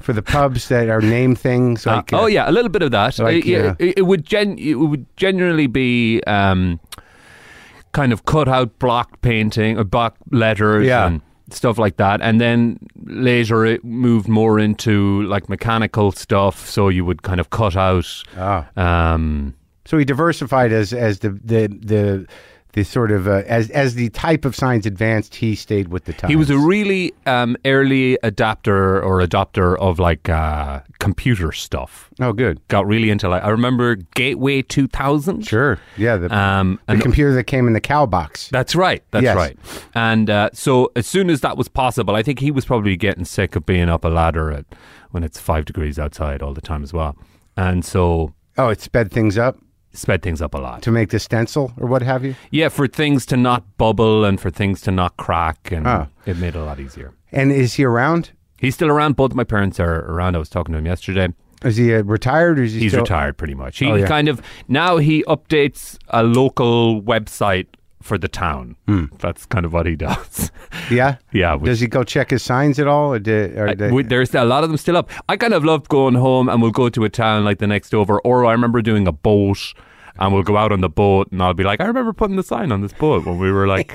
for the pubs that are name things?
Uh,
Like,
oh
uh,
yeah, a little bit of that.
like,
it, it-
yeah.
it, it would gen- it would generally be um, kind of cut out block painting or block letters
Yeah.
and stuff like that. And then later it moved more into like mechanical stuff. So you would kind of cut out.
Ah.
Um,
So he diversified as as the the the, the sort of uh, as as the type of signs advanced. He stayed with the times.
he was a really um, early adapter or adopter of like uh, computer stuff.
oh good
Got really into like I remember Gateway 2000.
sure yeah the,
Um,
the
and
computer that came in the cow box.
That's right. That's
Yes.
right. And uh, so as soon as that was possible, I think he was probably getting sick of being up a ladder at, when it's five degrees outside all the time as well. And so
Oh, it sped things up
sped things up a lot.
to make the stencil or what have you.
Yeah, for things to not bubble and for things to not crack. And
Ah.
it made it a lot easier.
And is he around?
He's still around. Both my parents are around. I was talking to him yesterday.
Is he uh, retired or is he
He's
still?
retired pretty much. He
Oh, yeah.
kind of now he updates a local website for the town. That's kind of what he does.
Yeah.
yeah, which
Hmm. Does he go check his signs at all? Or did, or did-
We- There's a lot of them still up. I kind of loved going home and we'll go to a town like the next over, or I remember doing a boat and we'll go out on the boat and I'll be like, I remember putting the sign on this boat when we were like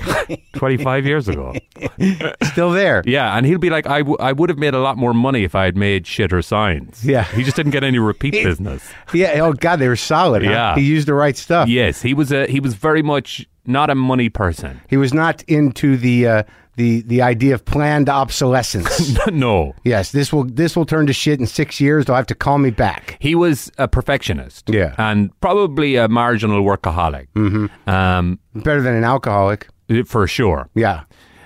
25 years ago.
still there?
Yeah, and he'll be like, I, w- I would have made a lot more money if I had made shitter signs.
Yeah.
He just didn't get any repeat business.
Yeah. Oh God, they were solid. huh?
Yeah.
He used the right stuff.
Yes, he was a he was very much not a money person.
He was not into the uh, the the idea of planned obsolescence.
no.
yes, this will this will turn to shit in six years. They'll have to call me back.
He was a perfectionist.
Yeah.
And probably a marginal workaholic. Mm-hmm. Um,
Better than an alcoholic.
for sure.
Yeah,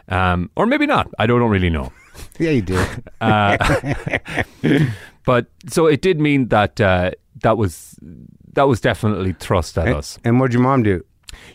Um, or maybe not. I don't, don't really know.
yeah, you do.
But so it did mean that uh, that was that was definitely thrust at us.
and what'd your mom do?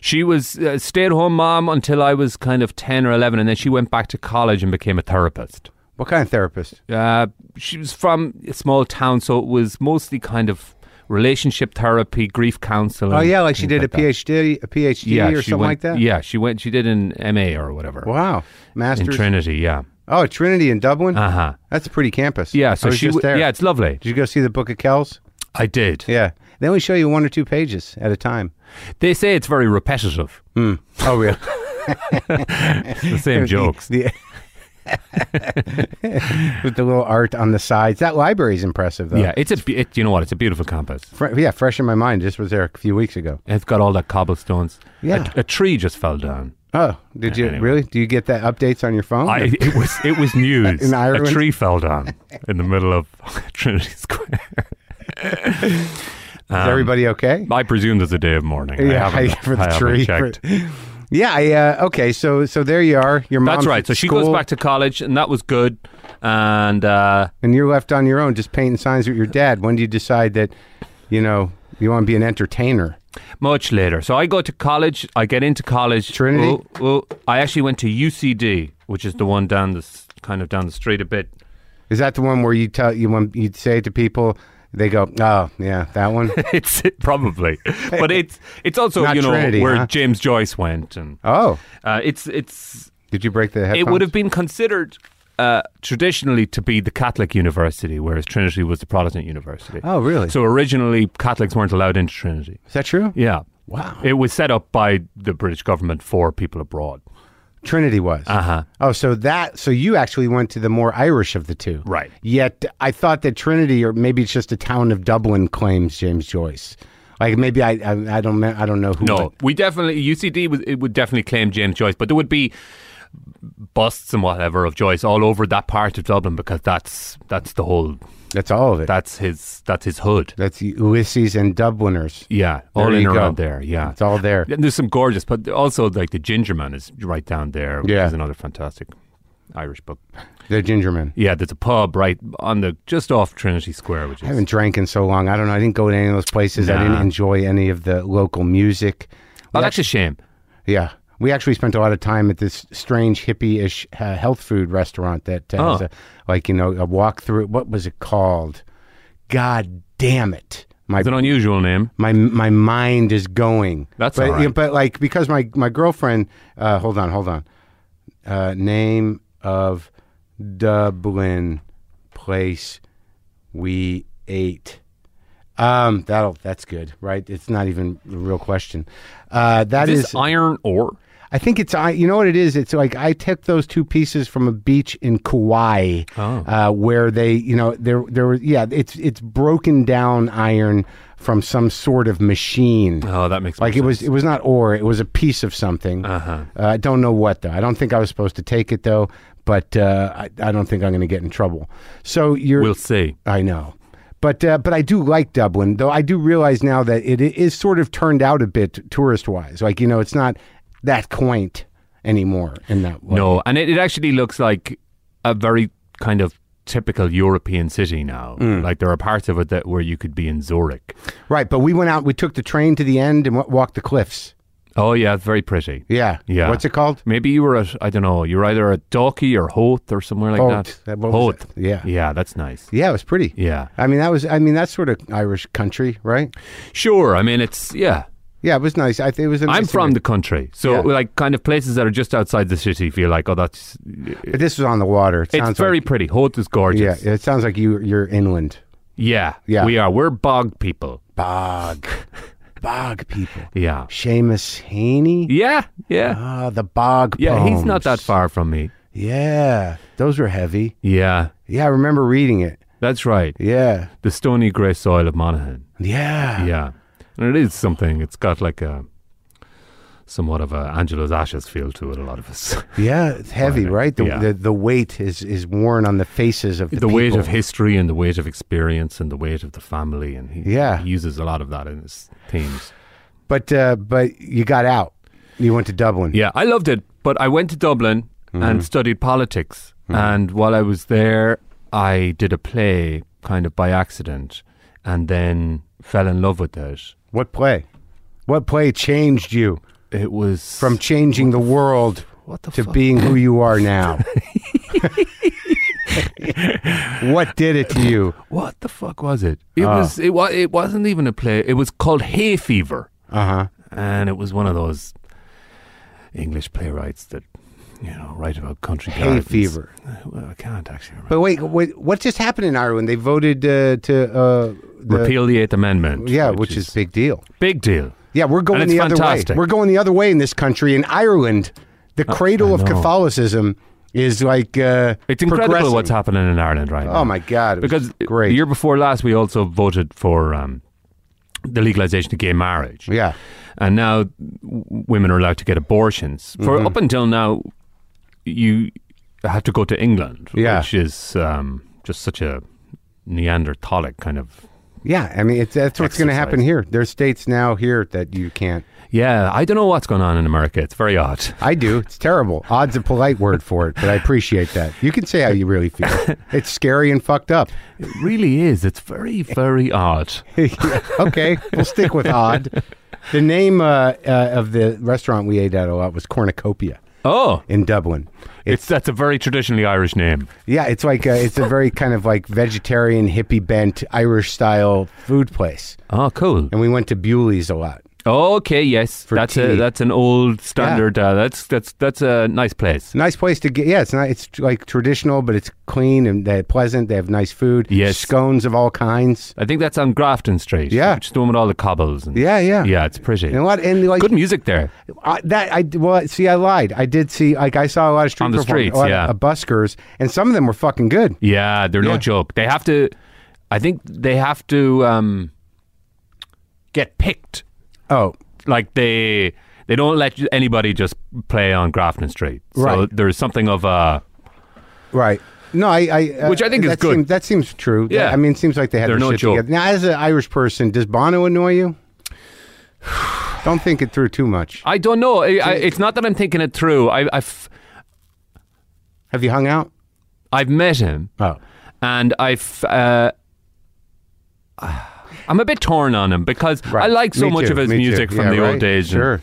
She was a stay-at-home mom until I was kind of 10 or 11 and then she went back to college and became a therapist.
What kind of therapist?
Uh, she was from a small town so it was mostly kind of relationship therapy, grief counseling.
Oh yeah, like she did a
that.
PhD, a PhD or
she
something
went-
like that.
Yeah, she went she did an MA or whatever.
Wow,
In
masters.
Trinity, yeah.
oh, at Trinity in Dublin.
Uh-huh.
That's a pretty campus.
Yeah,
I
so
was
she
just
w-
there.
Yeah, it's lovely.
Did you go see the Book of Kells?
I did.
Yeah. They only show you one or two pages at a time.
They say it's very repetitive.
Oh, really?
The same jokes.
The- with the little art on the sides. That library is impressive, though.
Yeah, it's a be- it, you know what? It's a beautiful campus.
Fre- yeah, fresh in my mind. Just was there a few weeks ago.
It's got all that cobblestones. A-
Yeah.
a, tree just fell down.
Oh, did you
Anyway.
really? Do you get that updates on your phone?
I, it was it was news.
In
a
Ireland?
tree fell down in the middle of Trinity Square.
is everybody okay?
I presume there's a day of mourning. um, I haven't-
for the
I haven't
tree.
checked.
for- yeah. I, uh, okay. So, so there you are. Your mom's
That's right.
at
So she
school,
goes back to college, and that was good. And uh,
and you're left on your own, just painting signs with your dad. When do you decide that, you know, you want to be an entertainer?
much later, so I go to college. I get into college.
Trinity?
Oh, oh, I actually went to UCD, which is the one down this kind of down the street a bit.
Is that the one where you tell you when you say to people, they go, "Oh, yeah, that one."
It's probably, but it's it's also
Not
you know
Trinity,
where
huh?
James Joyce went, and
oh,
uh, it's it's
did you break the
it
headphones?
would have been considered uh, traditionally to be the Catholic university, whereas Trinity was the Protestant university.
Oh, really?
So originally Catholics weren't allowed into Trinity.
Is that true?
Yeah.
Wow.
It was set up by the British government for people abroad.
Trinity was. Uh
Uh-huh.
Oh, so that so you actually went to the more Irish of the two,
Right.
Yet I thought that Trinity, or maybe it's just a town of Dublin, claims James Joyce. Like maybe I I, I don't I don't know who.
No,
but-
we definitely UCD was, it would definitely claim James Joyce, but there would be busts and whatever of Joyce all over that part of Dublin because that's that's the whole
that's all of it.
that's his that's his hood.
that's Ulysses and Dubliners.
Yeah,
There
all in
you
around
go.
there. Yeah,
It's all there.
And there's some gorgeous, but also like the Ginger Man is right down there, which
Yeah.
is another fantastic Irish book.
They're gingermen.
Yeah, there's a pub right on the just off Trinity Square, which
I
is
haven't drank in so long. I don't know. I didn't go to any of those places. I didn't
Nah.
enjoy any of the local music.
well, that's a shame.
Yeah. We actually spent a lot of time at this strange hippie-ish uh, health food restaurant that uh, has
Oh.
a, like you know a walk through. What was it called? God damn it! My
It's an unusual name.
my my mind is going.
That's
but,
all right.
but like because my my girlfriend. Uh, hold on, hold on. Uh, name of Dublin place we ate. Um, that'll that's good, right? It's not even a real question. Uh, that
This
is,
iron ore.
I think it's I. You know what it is? It's like I took those two pieces from a beach in Kauai,
Uh-huh.
uh, where they, you know, there, there was, yeah, it's it's broken down iron from some sort of machine.
Oh, that makes
Like
more
it was,
sense.
it was not ore. It was a piece of something. Uh-huh. I don't know what though. I don't think I was supposed to take it though. But uh, I, I don't think I'm going to get in trouble. So you're,
We'll see.
I know. But uh, but I do like Dublin, though I do realize now that it is sort of turned out a bit tourist wise. Like you know, it's not that quaint anymore in that way.
No, and it, it actually looks like a very kind of typical European city now.
Mm.
Like there are parts of it that where you could be in Zurich.
Right, but we went out. We took the train to the end and wa- walked the cliffs.
Oh yeah, it's very pretty.
Yeah,
Yeah.
What's it called?
Maybe you were at I don't know, you're either at Dalkey or Hoth or somewhere like
Hoth.
that.
That- what was it? Yeah.
Yeah, that's nice.
Yeah, it was pretty.
Yeah.
I mean that was. I mean that's sort of Irish country, right?
Sure. I mean it's yeah.
Yeah, it was nice. I think it was. A
I'm
nice
from the country. So
Yeah.
like kind of places that are just outside the city feel like, oh that's
but this was on the water. It sounds
it's very
Like,
pretty. Hoth is
yeah,
gorgeous.
it sounds like you you're inland.
Yeah.
Yeah.
We are. We're bog people.
Bog, bog people.
Yeah.
Seamus Haney.
Yeah. Yeah.
Ah, the bog.
Yeah, he's not that
poems.
far from me.
Yeah, those were heavy.
Yeah.
Yeah, I remember reading it.
That's right.
Yeah,
The stony grey soil of Monaghan.
yeah.
Yeah. And it is something. It's got like a somewhat of a Angelo's ashes feel to it. A lot of us,
Yeah, it's heavy,
Right.
right? The,
Yeah.
the the weight is is worn on the faces of the,
the weight
people.
of history and the weight of experience and the weight of the family, and he,
Yeah.
he uses a lot of that in his themes.
But uh, but you got out. You went to Dublin.
Yeah, I loved it, but I went to Dublin
Mm-hmm.
and studied politics. And while I was there, I did a play kind of by accident, and then fell in love with it.
What play? What play changed you
It was
from changing the world
what the
to
fuck?
being who you are now? what did it to you?
What the fuck was it? It
Ah.
was it was it wasn't even a play. It was called Hay Fever,
Uh huh.
and it was one of those English playwrights that you know write about country
Hay
gardens.
fever.
Well, I can't actually remember.
But wait, wait, what just happened in Ireland? They voted uh, to uh, the,
Repeal the Eighth Amendment.
Yeah, which, is, big deal.
big deal.
Yeah, we're going
it's
the other way.
fantastic. Uh,
We're going the other way in this country. In Ireland, the cradle of
know.
Catholicism is like uh,
It's incredible
progressing.
what's happening in Ireland right now.
Oh my God! it was
Because
great.
the year before last, we also voted for um, the legalization of gay marriage.
yeah,
and now w- women are allowed to get abortions. For up until now, you had to go to England,
Yeah.
which is um, just such a Neanderthalic kind of.
yeah. I mean, it's, that's what's going to happen
Exercise.
here. There's states now here that you can't.
Yeah, I don't know what's going on in America. It's very odd.
I do. It's terrible. Odd's a polite word for it, but I appreciate that. You can say how you really feel. It's scary and fucked up.
It really is. It's very, very odd.
Yeah, okay, we'll stick with odd. The name uh, uh, of the restaurant we ate at a lot was Cornucopia
Oh,
in Dublin. It,
it's that's a very traditionally Irish name.
yeah, it's like a, it's a very kind of like vegetarian hippie bent Irish style food place,
Oh, cool.
and we went to Bewley's a lot.
Oh, Okay, yes, that's
tea.
a that's an old standard. Uh, that's that's that's a nice place.
It's a nice place to get. Yeah, it's not. It's like traditional, but it's clean and they're pleasant. They have nice food.
Yes.
scones of all kinds.
I think that's on Grafton Street.
Yeah.
which is the one with all the cobbles. And,
Yeah, yeah,
yeah, it's pretty.
And a lot and like
Good music there.
I, that I well see I lied I did see like I saw a lot of street
On the
performers,
streets,
a lot of-
yeah.
of buskers and some of them were fucking good
Yeah, they're
Yeah.
no joke. They have to. I think they have to um, get picked.
oh
Like they they don't let you- anybody just play on Grafton Street. So
Right.
there's something of a
Right. No, I, I uh,
Which I think is
that
good.
Seems, that seems true.
Yeah.
I mean, it seems like they had
They're
their
no
shit
joke.
together. Now, as an Irish person, does Bono annoy you? Don't think it through too much.
I don't know. I, I, it's not that I'm thinking it through. I, I've
Have you hung out?
I've met him
Oh,
and I've. Uh, I'm a bit torn on him because I like so
Me
much
too,
of his
me too.
music from
Yeah,
the
right?
old days. and-
Sure.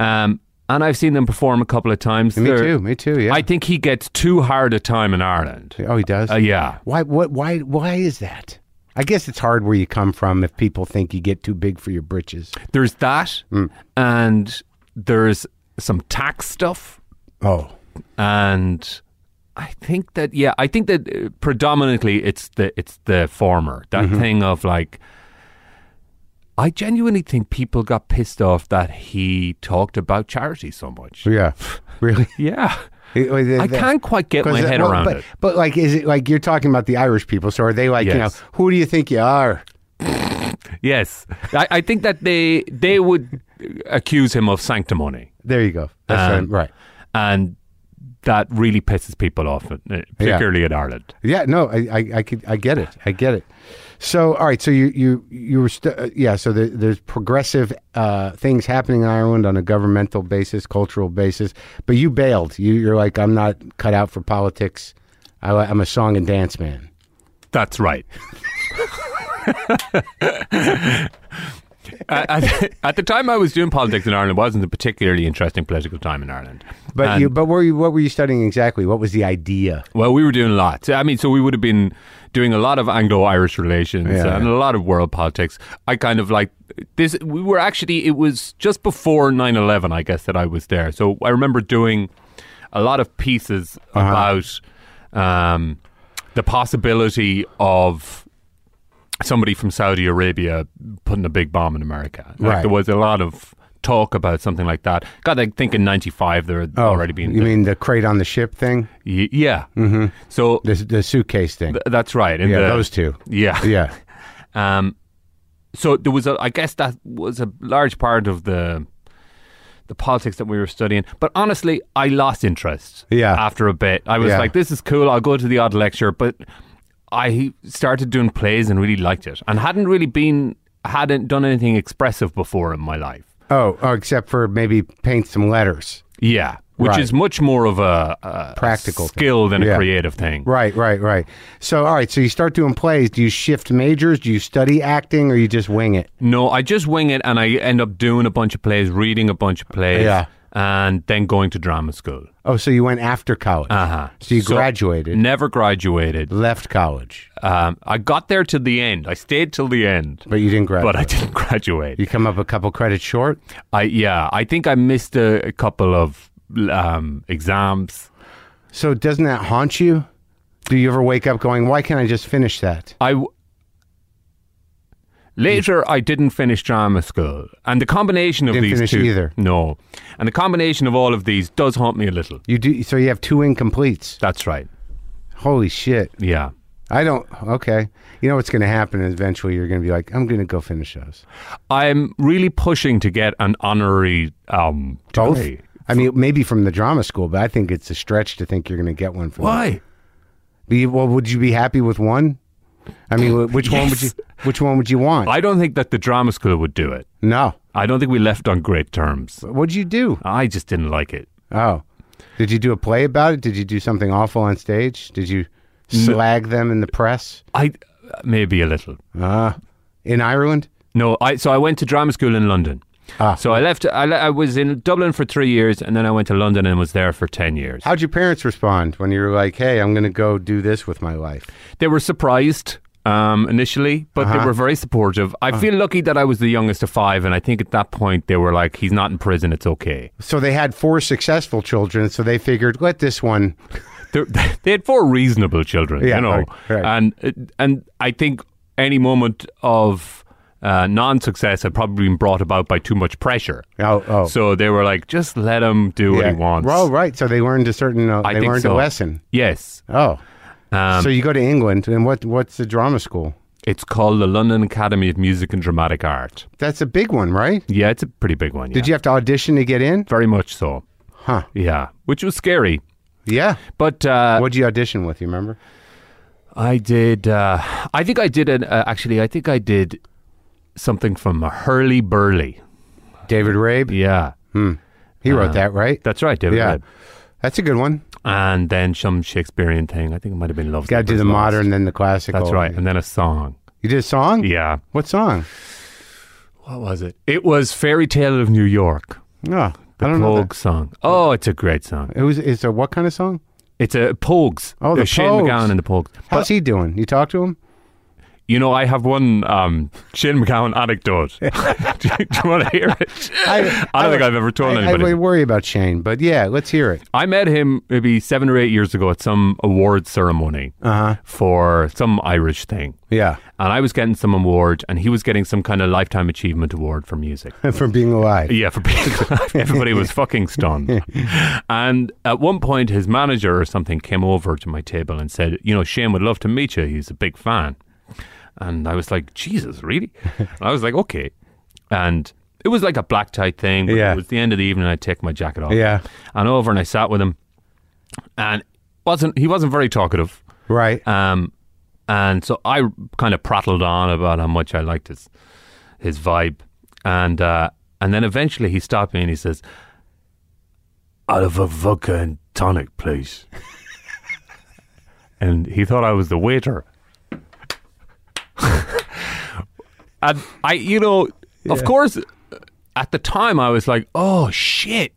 um, and I've seen them perform a couple of times.
Me
They're-
too. Me too. Yeah.
I think he gets too hard a time in Ireland.
oh, he does.
Uh, yeah.
why? What? Why? Why is that? I guess it's hard where you come from if people think you get too big for your britches.
There's that,
Hmm.
and there's some tax stuff,
Oh,
and I think that yeah, I think that uh, predominantly it's the it's the former that thing of like. I genuinely think people got pissed off that he talked about charity so much.
yeah. Really?
Yeah, I
I
can't quite get my head around
but,
it.
But like, is it like you're talking about the Irish people? So are they like you know
Yes.
who do you think you are?
Yes, I, I think that they they would accuse him of sanctimony.
There you go. That's
Um,
what I'm- right.
and that really pisses people off, uh, particularly in Ireland.
Yeah, no, I, I, I could, I get it, I get it. So, all right, so you, you, you were, st- uh, yeah. So there, there's progressive uh, things happening in Ireland on a governmental basis, cultural basis, but you bailed. You, you're like, I'm not cut out for politics. I, li- I'm a song and dance man.
That's right. at, Uh, at- at the time I was doing politics in Ireland, it wasn't a particularly interesting political time in Ireland.
But you, but were you, what were you studying exactly? What was the idea?
Well, we were doing lots. I mean, so we would have been doing a lot of Anglo-Irish relations
Yeah.
and a lot of world politics. I kind of like this. We were actually it was just before 9-11, I guess, that I was there. So I remember doing a lot of pieces
Uh-huh.
about um, the possibility of somebody from Saudi Arabia putting a big bomb in America. Like,
Right.
There was a lot of talk about something like that. God, I think in 95 there had Oh, already been.
Oh, You mean the crate on the ship thing,
Y- yeah. Mm-hmm. So
the, the suitcase thing?
Th- That's right. in
yeah,
the-
those two.
Yeah.
Yeah,
Um, so there was a. I guess that was a large part of the the politics that we were studying. But honestly, I lost interest.
Yeah.
After a bit, I was
Yeah.
like, "This is cool. I'll go to the odd lecture." But I started doing plays and really liked it, and hadn't really been hadn't done anything expressive before in my life.
Oh, oh, except for maybe paint some letters.
Yeah, which
Right.
is much more of a, a
Practical thing.
skill than
Yeah.
a creative thing.
Right, right, right. So, all right. So you start doing plays. Do you shift majors? Do you study acting, or you just wing it?
No, I just wing it and I end up doing a bunch of plays, reading a bunch of plays,
Yeah.
and then going to drama school.
Oh, so you went after college.
Uh huh.
Uh-huh. So you graduated,
Never graduated.
left college,
Um, I got there to the end. I stayed till the end,
but you didn't graduate.
but I didn't graduate.
you come up a couple credits short.
I yeah, I think I missed a, a couple of um, exams.
So doesn't that haunt you? Do you ever wake up going, "Why can't I just finish that?"
I w- later I didn't finish drama school, and the combination of
Didn't
these
finish
two
either.
no, and the combination of all of these does haunt me a little.
You do. So you have two incompletes.
That's right.
Holy shit!
Yeah.
I don't. Okay. You know what's going to happen? is Eventually, you're going to be like, "I'm going to go finish those."
I'm really pushing to get an honorary um,
Both.
degree.
I mean, maybe from the drama school, but I think it's a stretch to think you're going to get one from.
Why?
Be, well, would you be happy with one? I mean, wh- which one would you?
Yes.
Which one would you want?
I don't think that the drama school would do it.
no.
I don't think we left on great terms.
What'd you do?
I just didn't like it.
Oh, did you do a play about it? Did you do something awful on stage? Did you slag them in the press?
I maybe a little.
Uh, in Ireland?
No, I so I went to drama school in London.
Ah.
So I left. I, le- I was in Dublin for three years, and then I went to London and was there for ten years.
How'd your parents respond when you were like, "Hey, I'm going to go do this with my life"?
They were surprised um, initially, but
Uh-huh.
they were very supportive. I feel lucky that I was the youngest of five, and I think at that point they were like, "He's not in prison. It's okay."
So they had four successful children, so they figured, "Let this one."
They're, they had four reasonable children,
Yeah,
you know,
right, right.
and and I think any moment of uh, non-success had probably been brought about by too much pressure.
Oh, oh,
So they were like, "Just let him do what he wants."
Well, right. So they learned a certain. Uh,
I
they
think
learned a
so.
lesson.
yes,
Oh,
Um,
so you go to England, and what? What's the drama school?
It's called the London Academy of Music and Dramatic Art.
That's a big one, right?
Yeah, it's a pretty big one. Yeah.
Did you have to audition to get in?
Very much so.
Huh.
Yeah, which was scary.
Yeah.
But uh,
What'd you audition with? You remember?
I did. Uh, I think I did. An, uh, actually, I think I did something from Hurley Burley.
David Rabe.
Yeah,
He wrote that, right?
that's right, Uh-huh. David.
Yeah.
Webb.
That's a good one.
And then some Shakespearean thing. I think it might have been Love.
Got to do
Slippers
the
Lost.
modern, then the classical.
That's right. And then a song.
You did a song?
Yeah.
What song?
What was it? It was Fairy Tale of New York.
No,
The
I don't know.
Pogue
that.
song. Oh, it's a great song.
It was. It's a what kind of song?
It's a Pogues.
Oh, the
Uh, Shane
Pogues.
McGowan and the Pogues.
How's he doing? You talk to him?
You know, I have one um, Shane McGowan anecdote. do, you, want to hear it? I, don't think I've ever told
I,
anybody.
I worry about Shane, but yeah, let's hear it.
I met him maybe seven or eight years ago at some award ceremony
Uh huh.
for some Irish thing.
Yeah.
And I was getting some award, and he was getting some kind of lifetime achievement award for music.
From being alive.
Yeah, for being alive. Everybody was fucking stunned. And at one point, his manager or something came over to my table and said, You know, Shane would love to meet you. He's a big fan. And I was like, Jesus, really? And I was like, Okay. And it was like a black tie thing. But
Yeah.
It was the end of the evening. I'd take my jacket off.
Yeah.
And over and I sat with him. And wasn't he wasn't very talkative.
Right.
Um, and so I kind of prattled on about how much I liked his his vibe, and uh, and then eventually he stopped me and he says, "I'll have a vodka and tonic, please." and he thought I was the waiter, and I, you know, of course, at the time I was like, "Oh shit."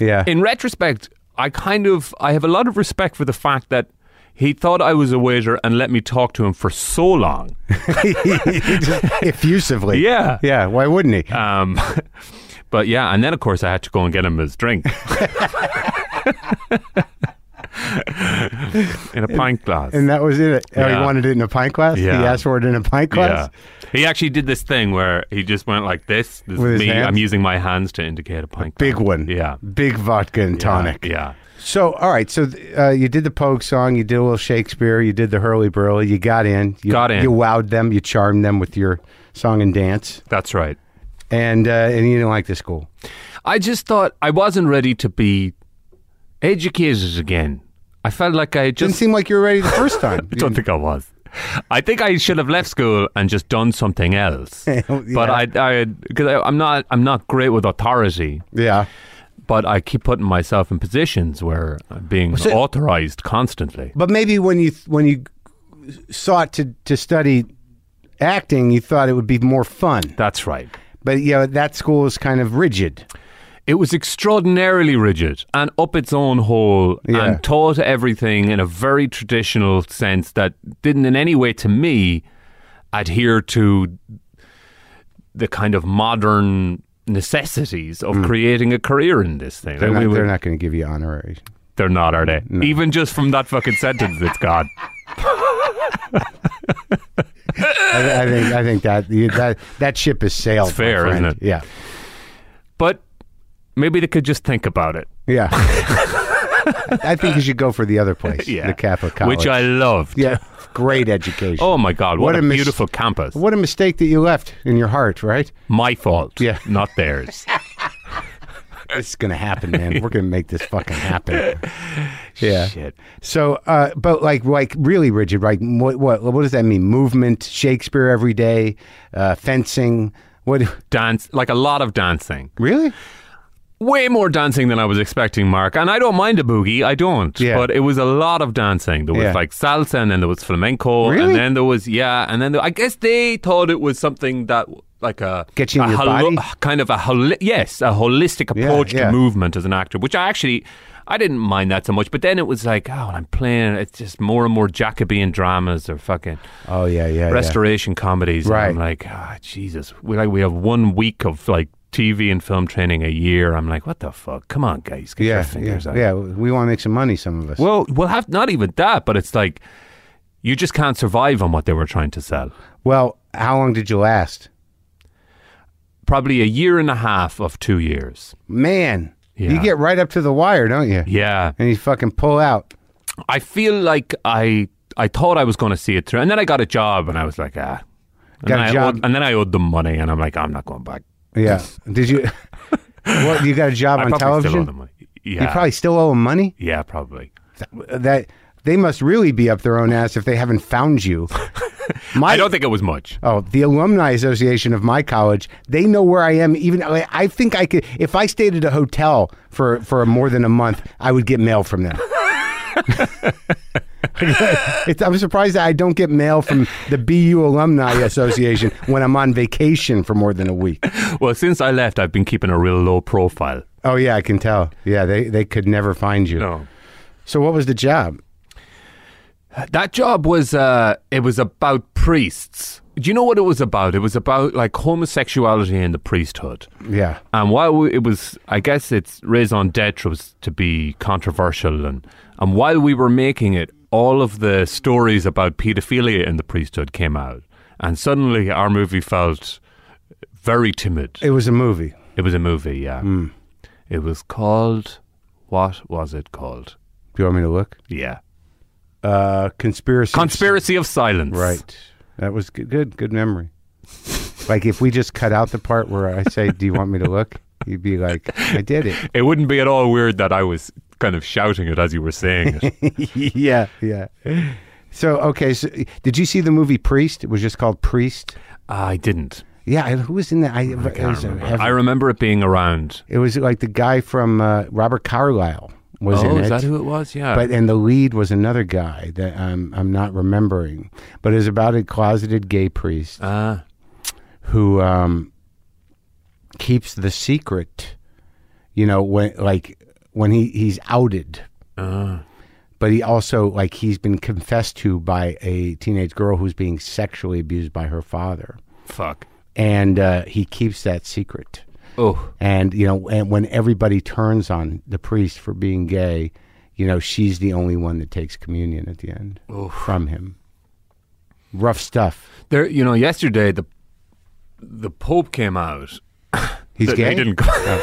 yeah.
in retrospect, I kind of I have a lot of respect for the fact that he thought I was a waiter and let me talk to him for so long.
Effusively.
Yeah.
Yeah. Why wouldn't he?
Um, but yeah, and then of course I had to go and get him his drink in a pint glass.
and that was it. Oh, he
Yeah.
wanted it in a pint glass. He
Yeah.
asked for it in a pint glass.
Yeah, he actually did this thing where he just went like this. This
With his
is me.
hands?
I'm using my hands to indicate a pint.
Big
glass.
one.
Yeah.
Big vodka and tonic.
Yeah.
So, all right. So, th- uh, you did the Pogue song, you did a little Shakespeare, you did the Hurly Burly, you got in, you
Got in.
you wowed them, you charmed them with your song and dance.
That's right.
and uh, and you didn't like the school.
I just thought I wasn't ready to be educated again. I felt like I
Didn't
just
seem like you were ready the first time.
I don't think I was. I think I should have left school and just done something else. But I, I, because I'm not, I'm not great with authority.
yeah.
But I keep putting myself in positions where I'm being authorized constantly.
But maybe when you when you sought to to study acting, you thought it would be more fun.
That's right.
But you know, that school is kind of rigid.
It was extraordinarily rigid and up its own hole
Yeah.
and taught everything in a very traditional sense that didn't in any way to me adhere to the kind of modern necessities of creating a career in this thing.
Mm. They're
Like, we
not,
were-
they're not going to give you honorary.
They're not, are they? Even just from that fucking sentence, it's gone.
I, I think I think that you- that that ship has sailed. my
fair, isn't
friend.
it?
Yeah,
But maybe they could just think about it.
yeah. I think you should go for the other place, the Catholic College,
Which I loved.
yeah, great education.
Oh my God, what,
What a
a,
mis-
beautiful campus.
What a mistake that you left in your heart, right?
My fault,
Yeah.
not theirs. Uh,
This is gonna happen, man. We're gonna make this fucking happen. Yeah.
Shit.
So, uh, but like, like really rigid. Like, what, what, what does that mean? Movement, Shakespeare every day, uh, fencing. What?
Dance, like a lot of dancing.
Really?
Way more dancing than I was expecting, Mark. And I don't mind a boogie, I don't.
Yeah.
But it was a lot of dancing. There was
Yeah.
like salsa, and then there was flamenco,
Really?
and then there was yeah, and then there, I guess they thought it was something that like a
Get you in
a
your body?
kind of a holi- yes, a holistic approach
yeah.
to movement as an actor, which I actually I didn't mind that so much. But then it was like, oh, I'm playing. It's just more and more Jacobean dramas or fucking
Oh yeah, yeah. yeah.
restoration comedies. and
Right.
I'm like, ah, Jesus. We like we have one week of like TV and film training a year. I'm like, what the fuck? Come on, guys, get your
Yeah, yeah,
fingers out.
yeah. We want to make some money. Some of us.
Well, we'll have not even that, but it's like you just can't survive on what they were trying to sell.
Well, how long did you last?
Probably a year and a half of two years.
Man, you
Yeah.
get right up to the wire, don't you?
Yeah,
And you fucking pull out.
I feel like I I thought I was going to see it through, and then I got a job, and I was like, ah. And
Got
then
a
I
job.
owed- and then I owed them money, and I'm like, I'm not going back.
Yeah. Did you? What? You got a job
I
on
probably
television?
still owe them money. Yeah,
You probably still owe them money.
yeah, probably.
That they must really be up their own ass if they haven't found you. My
I don't think it was much.
Oh, the alumni association of my college, they know where I am. Even I I think I could, if I stayed at a hotel for, for more than a month, I would get mail from them. it's, I'm surprised that I don't get mail from the BU Alumni Association when I'm on vacation for more than a week.
Well, since I left, I've been keeping a real low profile.
Oh, yeah, I can tell. Yeah, they, they could never find you.
No,
So, what was the job?
that job was uh, it was about priests. Do you know what it was about? It was about like homosexuality in the priesthood.
Yeah.
And while we, it was, I guess its raison d'être was to be controversial, and and while we were making it, all of the stories about paedophilia in the priesthood came out, and suddenly our movie felt very timid.
It was a movie.
It was a movie, yeah. It was called. What was it called?
Do you want me to look?
Yeah.
Uh, conspiracy.
Conspiracy of Silence.
Right. That was good. Good, good memory. like if we just cut out the part where I say, "Do you want me to look?" You'd be like, "I did it."
It wouldn't be at all weird that I was kind of shouting it as you were saying it.
yeah, yeah. So okay, so did you see the movie Priest? It was just called Priest.
I didn't.
Yeah, I- who was in that? I, it, was a heavy-
I remember it being around.
it was like the guy from uh, Robert Carlyle was in
oh,
it.
is that who it was? Yeah.
but and the lead was another guy that I'm I'm not remembering, but it was about a closeted gay priest
uh,
who um, keeps the secret. You know when like when he he's outed,
ah.
but he also like he's been confessed to by a teenage girl who's being sexually abused by her father,
fuck.
and uh, he keeps that secret.
Oh,
And you know, and when everybody turns on the priest for being gay, you know, she's the only one that takes communion at the end from him. Rough stuff.
there. You know, yesterday the the Pope came out.
He's
That
gay.
He didn't. Go-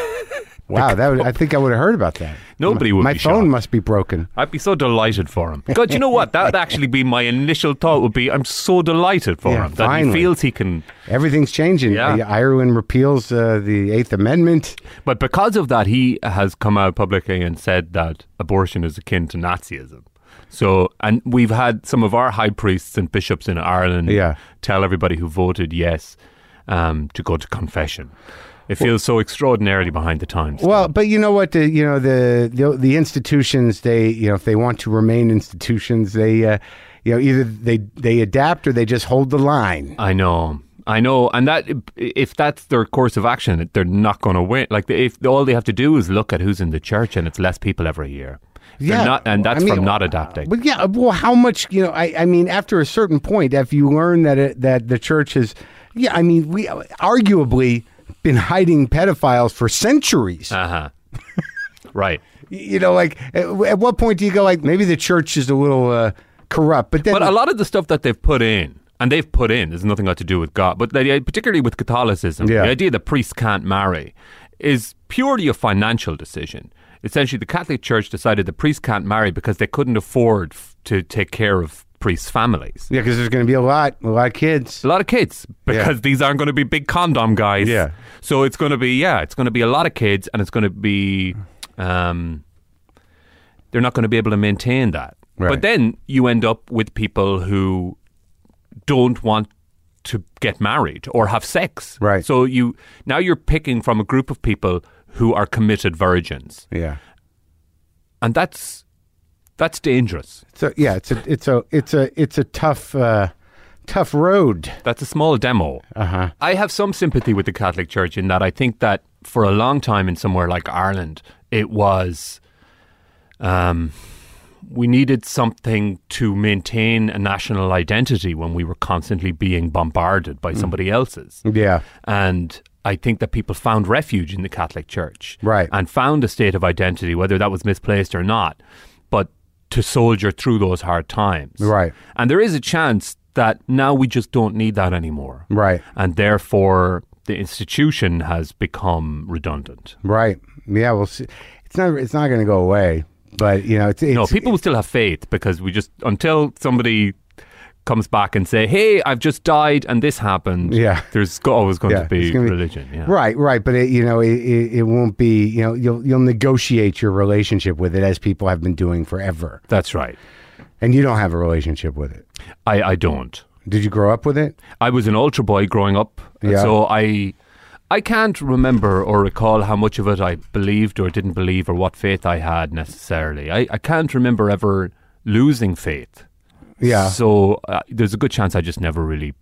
Wow, that would, I think I would have heard about that.
Nobody
my,
would
My
be
phone
shocked.
must be broken.
I'd be so delighted for him. God, you know what? That would actually be my initial thought. Would be I'm so delighted for
Yeah,
him that
finally.
he feels he can.
Everything's changing.
Yeah.
Uh, Ireland repeals uh, the Eighth Amendment.
But because of that, he has come out publicly and said that abortion is akin to Nazism. So, and we've had some of our high priests and bishops in Ireland
Yeah.
tell everybody who voted yes um, to go to confession. It feels so extraordinarily behind the times.
Well, but you know what? The, you know the, the the institutions. They you know if they want to remain institutions, they uh, you know either they they adapt or they just hold the line.
I know. I know, and that if that's their course of action, they're not going to win. Like if all they have to do is look at who's in the church, and it's less people every year. They're
Yeah,
not, and
well,
that's
I mean,
from not adapting.
But yeah, well, how much you know? I, I mean, after a certain point, if you learn that it, that the church has, yeah, I mean, we arguably been hiding pedophiles for centuries.
Uh huh. right.
you know, like at, at what point do you go like maybe the church is a little uh, corrupt? But then,
But a lot of the stuff that they've put in, and they've put in, has nothing got to do with God. But the, particularly with Catholicism,
Yeah.
the idea that priests can't marry is purely a financial decision. Essentially, the Catholic Church decided the priests can't marry because they couldn't afford f- to take care of priests' families.
yeah, because there's going to be a lot, a lot of kids.
A lot of kids because these aren't going to be big condom guys.
Yeah.
So it's going to be yeah, it's going to be a lot of kids, and it's going to be, um, they're not going to be able to maintain that.
Right.
But then you end up with people who don't want to get married or have sex.
Right.
So you now you're picking from a group of people who are committed virgins,
Yeah.
and that's that's dangerous.
So yeah, it's a it's a it's a it's a tough uh, tough road.
That's a small demo.
Uh-huh.
I have some sympathy with the Catholic Church in that I think that for a long time in somewhere like Ireland, it was um, we needed something to maintain a national identity when we were constantly being bombarded
Hmm.
by somebody else's.
Yeah.
And I think that people found refuge in the Catholic Church.
Right.
And found a state of identity, whether that was misplaced or not, but to soldier through those hard times.
Right.
And there is a chance that now we just don't need that anymore.
Right.
And therefore, the institution has become redundant.
Right. Yeah. Well, see, it's not it's not going to go away. But you know, it's, it's
No, people will still have faith because we just, until somebody comes back and say, hey, I've just died and this happened,
Yeah.
there's go- always going
Yeah,
to
it's
be
gonna be-
religion. Yeah.
Right, right, but it, you know it, it, it won't be you know you'll you'll negotiate your relationship with it as people have been doing forever,
That's right.
and you don't have a relationship with it.
I, I don't.
Did you grow up with it?
I was an ultra boy growing up, and
Yeah.
so I I can't remember or recall how much of it I believed or didn't believe or what faith I had necessarily. I, I can't remember ever losing faith.
Yeah,
So uh, there's a good chance I just never really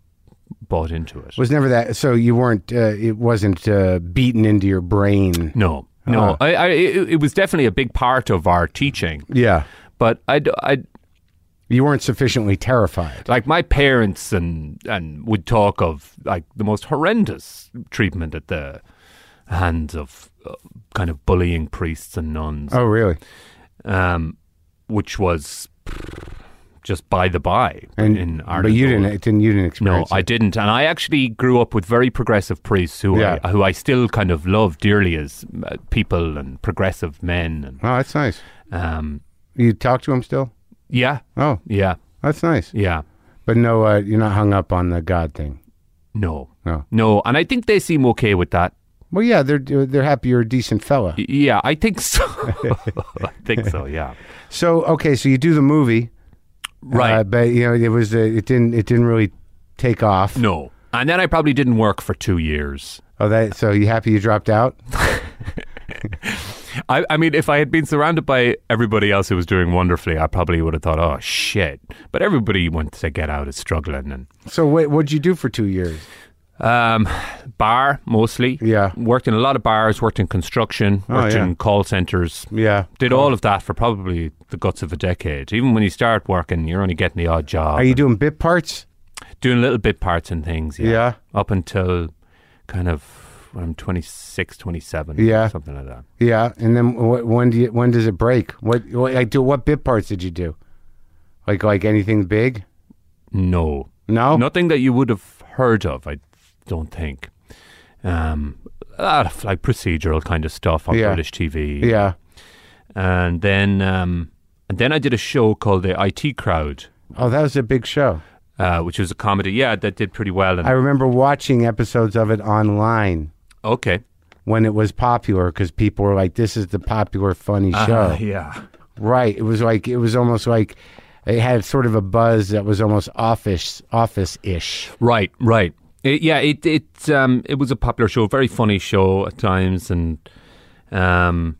bought into it.
was never that. So you weren't. Uh, it wasn't uh, beaten into your brain.
No, no.
Uh-huh.
I, I, it, it was definitely a big part of our teaching,
Yeah,
but I, d- I-
you weren't sufficiently terrified.
like my parents and and would talk of like the most horrendous treatment at the hands of uh, kind of bullying priests and nuns,
Oh, really?
um, which was just by the by
And
in
but
Ireland.
you didn't. It didn't. You didn't
No,
experience.
I didn't, and I actually grew up with very progressive priests who
Yeah.
I, who I still kind of love dearly as uh, people and progressive men,
Oh, that's nice.
and um,
You talk to him still?
yeah,
Oh,
yeah,
that's nice.
yeah,
But no, uh, you're not hung up on the God thing.
no,
No.
no, and I think they seem okay with that.
Well, yeah, they're they're happy you're a decent fella.
Y- Yeah, I think so. I think so. Yeah,
So okay, so you do the movie,
right.
Uh, but you know, it was uh, it didn't it didn't really take off.
no, and then I probably didn't work for two years.
Oh, that so you happy you dropped out?
I, I mean, if I had been surrounded by everybody else who was doing wonderfully, I probably would have thought, "Oh shit!" But everybody wants to get out is struggling, and
So what what'd you do for two years?
Um, bar mostly.
Yeah. Oh,
Worked in a lot of bars. Worked in construction. Worked
yeah.
in call centers.
Yeah.
Did all of that for probably the guts of a decade. Even when you start working, you're only getting the odd job.
Are you doing bit parts?
doing little bit parts and things? Yeah.
Yeah.
Up until kind of when I'm 26, 27.
Yeah.
Something like that.
Yeah. And then wh- when do you, when does it break? What, what like do what bit parts did you do? Like like anything big?
No.
No.
Nothing that you would have heard of, I don't think. Um, uh, like procedural kind of stuff on
Yeah.
British TV.
Yeah.
And then um, and then I did a show called the IT Crowd,
Oh, that was a big show.
uh, which was a comedy. Yeah, that did pretty well. And,
I remember watching episodes of it online
okay.
when it was popular because people were like, "This is the popular funny show."
Uh, yeah.
Right. It was like it was almost like it had sort of a buzz that was almost office office ish.
Right, right. It, yeah, it it um it was a popular show, very funny show at times, and um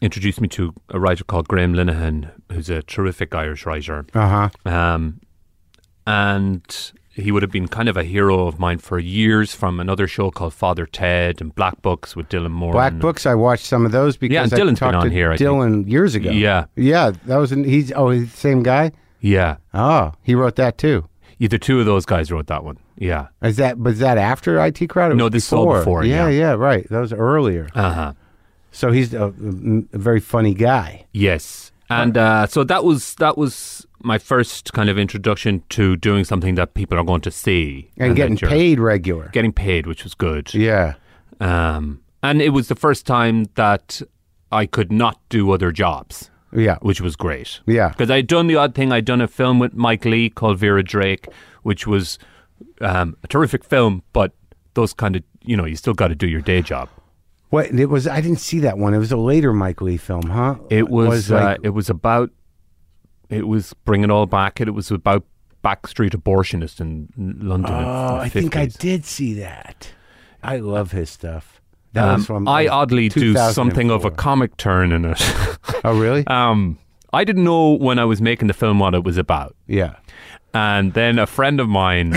introduced me to a writer called Graham Linehan, who's a terrific Irish writer.
Uh huh.
Um, and he would have been kind of a hero of mine for years from another show called Father Ted and Black Books with Dylan Moore.
Black
and-
Books. I watched some of those because
Um, Yeah, and
I
Dylan's been
talked
on
to
here, I think.
Dylan years ago.
Yeah,
Yeah, that was an, he's oh he's the same guy.
yeah.
Oh, he wrote that too.
Either two of those guys wrote that one. Yeah.
Is that was that after IT Crowd? It
No,
was
this is all before,
Yeah,
yeah.
yeah, right. That was earlier.
Uh huh.
So he's a, a very funny guy.
Yes, and uh, so that was that was my first kind of introduction to doing something that people are going to see
and,
that
getting
you're
paid regular.
getting paid, which was good.
Yeah,
Um, and it was the first time that I could not do other jobs,
yeah,
which was great.
yeah.
Because I'd done the odd thing. I'd done a film with Mike Lee called Vera Drake, which was um, a terrific film, but those kind of, you know, you still got to do your day job.
What it was? I didn't see that one. It was a later Mike Lee film, huh?
It was, uh,
like,
it was about it was bring it all back. It was about backstreet abortionists in London. in
oh,
the
I think I
50s.
did see that. I love his stuff. That
Um,
was from
I
uh,
oddly do something of a
2004.
comic turn in it.
Oh, really?
um, I didn't know when I was making the film what it was about.
yeah.
And then a friend of mine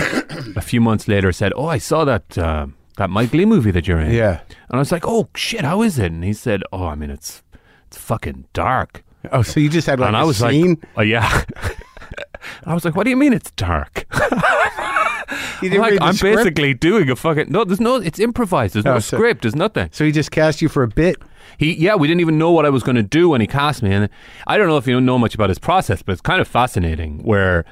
a few months later said, "Oh, I saw that uh, that Mike Lee movie that you're in."
Yeah.
And I was like, "Oh shit, how is it?" And he said, "Oh, I mean, it's it's fucking dark."
Oh, so you just had like
and
a
I was
scene?
like, "Oh yeah." And I was like, "What do you mean it's dark?"
You
I'm
didn't
like,
read the
I'm
script?
basically doing a fucking no. There's no. It's improvised. There's no
Oh, so-
script. There's nothing.
So he just cast you for a bit.
He yeah. We didn't even know what I was going to do when he cast me, and I don't know if you know much about his process, but it's kind of fascinating. Where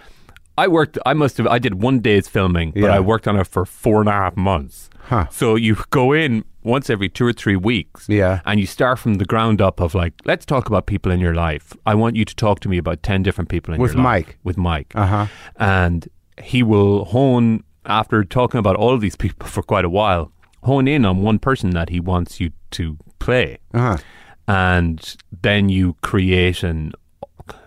I worked, I must have. I did one day's filming, but
Yeah.
I worked on it for four and a half months.
Huh.
So you go in once every two or three weeks.
Yeah.
And you start from the ground up of like, let's talk about people in your life. I want you to talk to me about 10 different people in
With
your life.
Mike.
With Mike.
Uh huh.
and he will hone after talking about all of these people for quite a while hone in on one person that he wants you to play
Uh huh.
and then you create an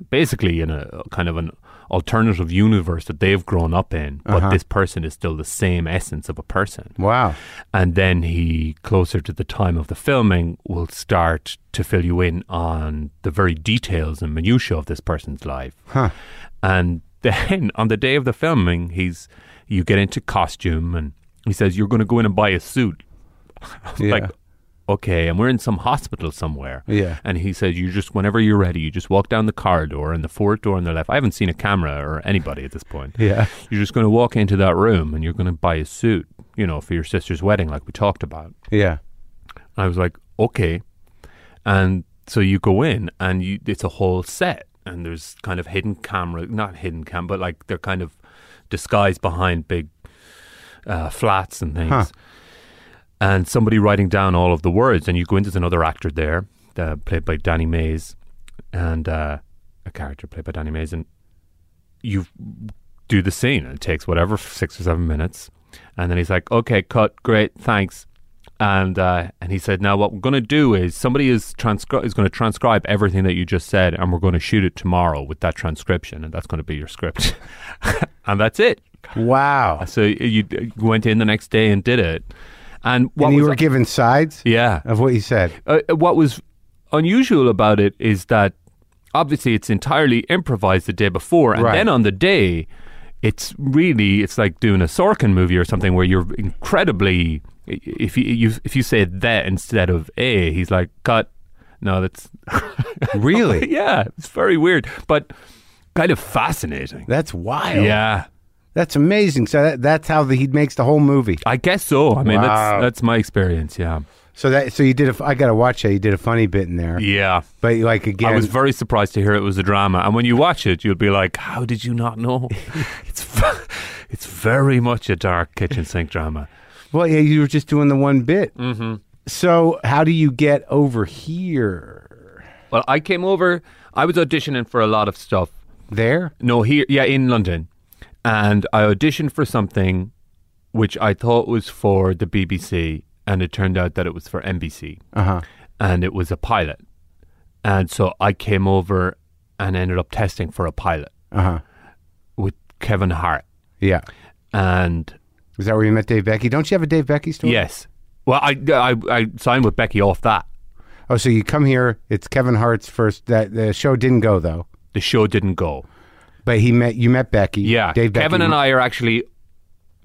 basically in a kind of an alternative universe that they've grown up in but
Uh-huh.
this person is still the same essence of a person
Wow.
and then he closer to the time of the filming will start to fill you in on the very details and minutiae of this person's life
Huh.
and then on the day of the filming, he's you get into costume and he says you're going to go in and buy a suit. I was
Yeah.
Like okay, and we're in some hospital somewhere.
Yeah.
And he says you just whenever you're ready, you just walk down the corridor and the fourth door on the left. I haven't seen a camera or anybody at this point.
Yeah.
You're just going to walk into that room and you're going to buy a suit, you know, for your sister's wedding like we talked about.
Yeah.
I was like, okay. And so you go in and you it's a whole set and there's kind of hidden camera, not hidden cam, but like they're kind of disguised behind big uh, flats and things.
Huh.
And somebody writing down all of the words and you go in, there's another actor there, uh, played by Danny Mays and uh, a character played by Danny Mays and you do the scene and it takes whatever six or seven minutes and then he's like okay cut great thanks and uh, and he said now what we're going to do is somebody is transcri- is going to transcribe everything that you just said and we're going to shoot it tomorrow with that transcription and that's going to be your script and that's it
Wow.
so you you went in the next day and did it and what
and you
was
were given sides
yeah
of what you said.
uh, what was unusual about it is that obviously it's entirely improvised the day before, and
Right.
then on the day, it's really it's like doing a Sorkin movie or something where you're incredibly. i- If you, you if you say that instead of a, he's like cut. No, that's
Really?
yeah, it's very weird, but kind of fascinating.
That's wild.
Yeah,
That's amazing. So that, that's how the, he makes the whole movie.
I guess so. I mean,
Wow.
that's that's my experience. Yeah,
So that so you did a f- I got to watch that. You did a funny bit in there.
yeah.
But like again,
I was very surprised to hear it was a drama. And when you watch it, you'll be like, "How did you not know?" it's v- it's very much a dark kitchen sink drama.
well, yeah, you were just doing the one bit. Mm-hmm. So how do you get over here?
Well, I came over. I was auditioning for a lot of stuff.
There?
No, here, yeah, in London, and I auditioned for something, which I thought was for the BBC, and it turned out that it was for NBC,
Uh-huh.
and it was a pilot, and so I came over and ended up testing for a pilot
Uh-huh.
with Kevin Hart,
Yeah.
and
Is that where you met Dave Becky? Don't you have a Dave Becky story?
yes, well, I I, I signed with Becky off that.
Oh, so you come here. It's Kevin Hart's first. That the show didn't go though,
The show didn't go.
but he met you met Becky.
Yeah,
Dave
Kevin
Becky.
and I are actually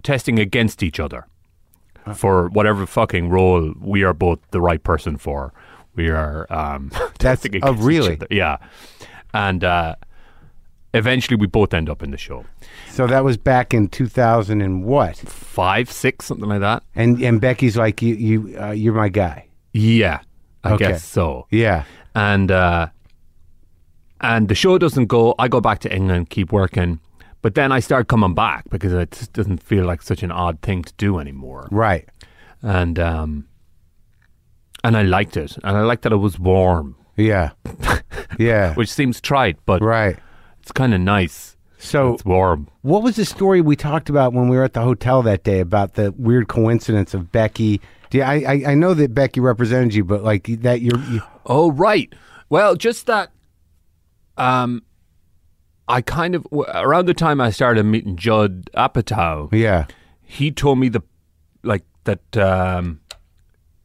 testing against each other for whatever fucking role we are both the right person for. We are um,
That's
testing
oh
against
really.
each other. yeah, and uh, eventually we both end up in the show
So that was back in two thousand and what?
five, six, something like that.
And and Becky's like you you uh, you're my guy.
Yeah, I
Okay.
guess so.
Yeah.
and uh, and the show doesn't go. I go back to England, keep working, but then I start coming back because it just doesn't feel like such an odd thing to do anymore.
Right.
And um, and I liked it, and I liked that it was warm,
Yeah. yeah.
which seems trite, but
Right.
it's kind of nice.
So
It's warm.
What was the story we talked about when we were at the hotel that day about the weird coincidence of Becky? Do you, I, I I know that Becky represented you, but like that you're you,
Oh right. Well, just that. Um, I kind of w- around the time I started meeting Judd Apatow.
yeah
he told me the like that um,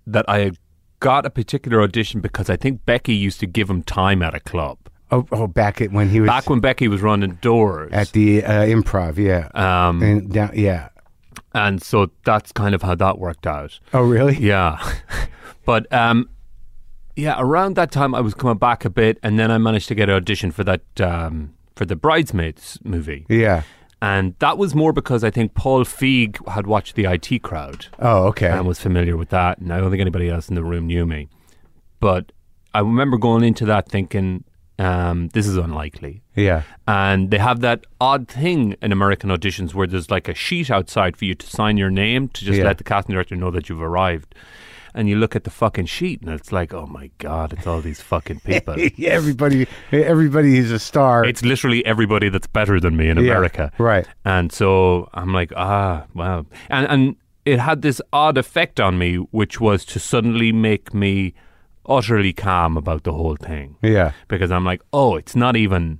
that I had got a particular audition because I think Becky used to give him time at a club
oh, oh back at when he was
back when Becky was running doors.
at the uh, improv yeah
um,
and down yeah
and so that's kind of how that worked out.
oh really
Yeah, but um, yeah, around that time I was coming back a bit, and then I managed to get an audition for that um, for the Bridesmaids movie,
yeah
and that was more because I think Paul Feig had watched the IT Crowd.
oh okay
and was familiar with that. And I don't think anybody else in the room knew me. But I remember going into that thinking, um, this is unlikely.
yeah
And they have that odd thing in American auditions where there's like a sheet outside for you to sign your name to just
Yeah.
let the casting director know that you've arrived. And you look at the fucking sheet and it's like, oh my God, it's all these fucking people.
Yeah, everybody everybody who's a star
it's literally everybody that's better than me in
Yeah,
America.
right
And so I'm like, ah, wow. And and it had this odd effect on me, which was to suddenly make me utterly calm about the whole thing.
yeah
Because I'm like, oh, it's not even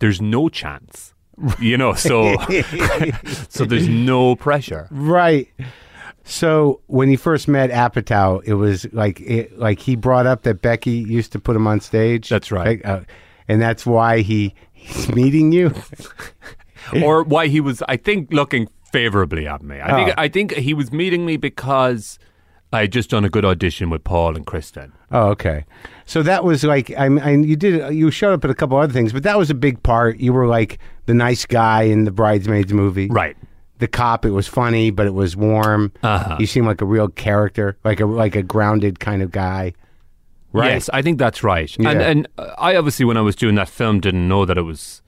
there's no chance. You know, so so there's no pressure.
right. So when he first met Apatow, it was like it, like he brought up that Becky used to put him on stage.
That's right.
Like, uh, and that's why he he's meeting you.
Or why he was I think looking favorably at me. I think I think he was meeting me because I had just done a good audition with Paul and Kristen.
Oh, okay. So that was like I mean I- you did you showed up at a couple other things, but that was a big part. You were like the nice guy in the bridesmaids movie,
Right.
The cop. It was funny, but it was warm.
Uh-huh.
You seem like a real character, like a like a grounded kind of guy. Right.
Yes, I think that's right. And
Yeah.
and uh, I obviously when I was doing that film didn't know that it was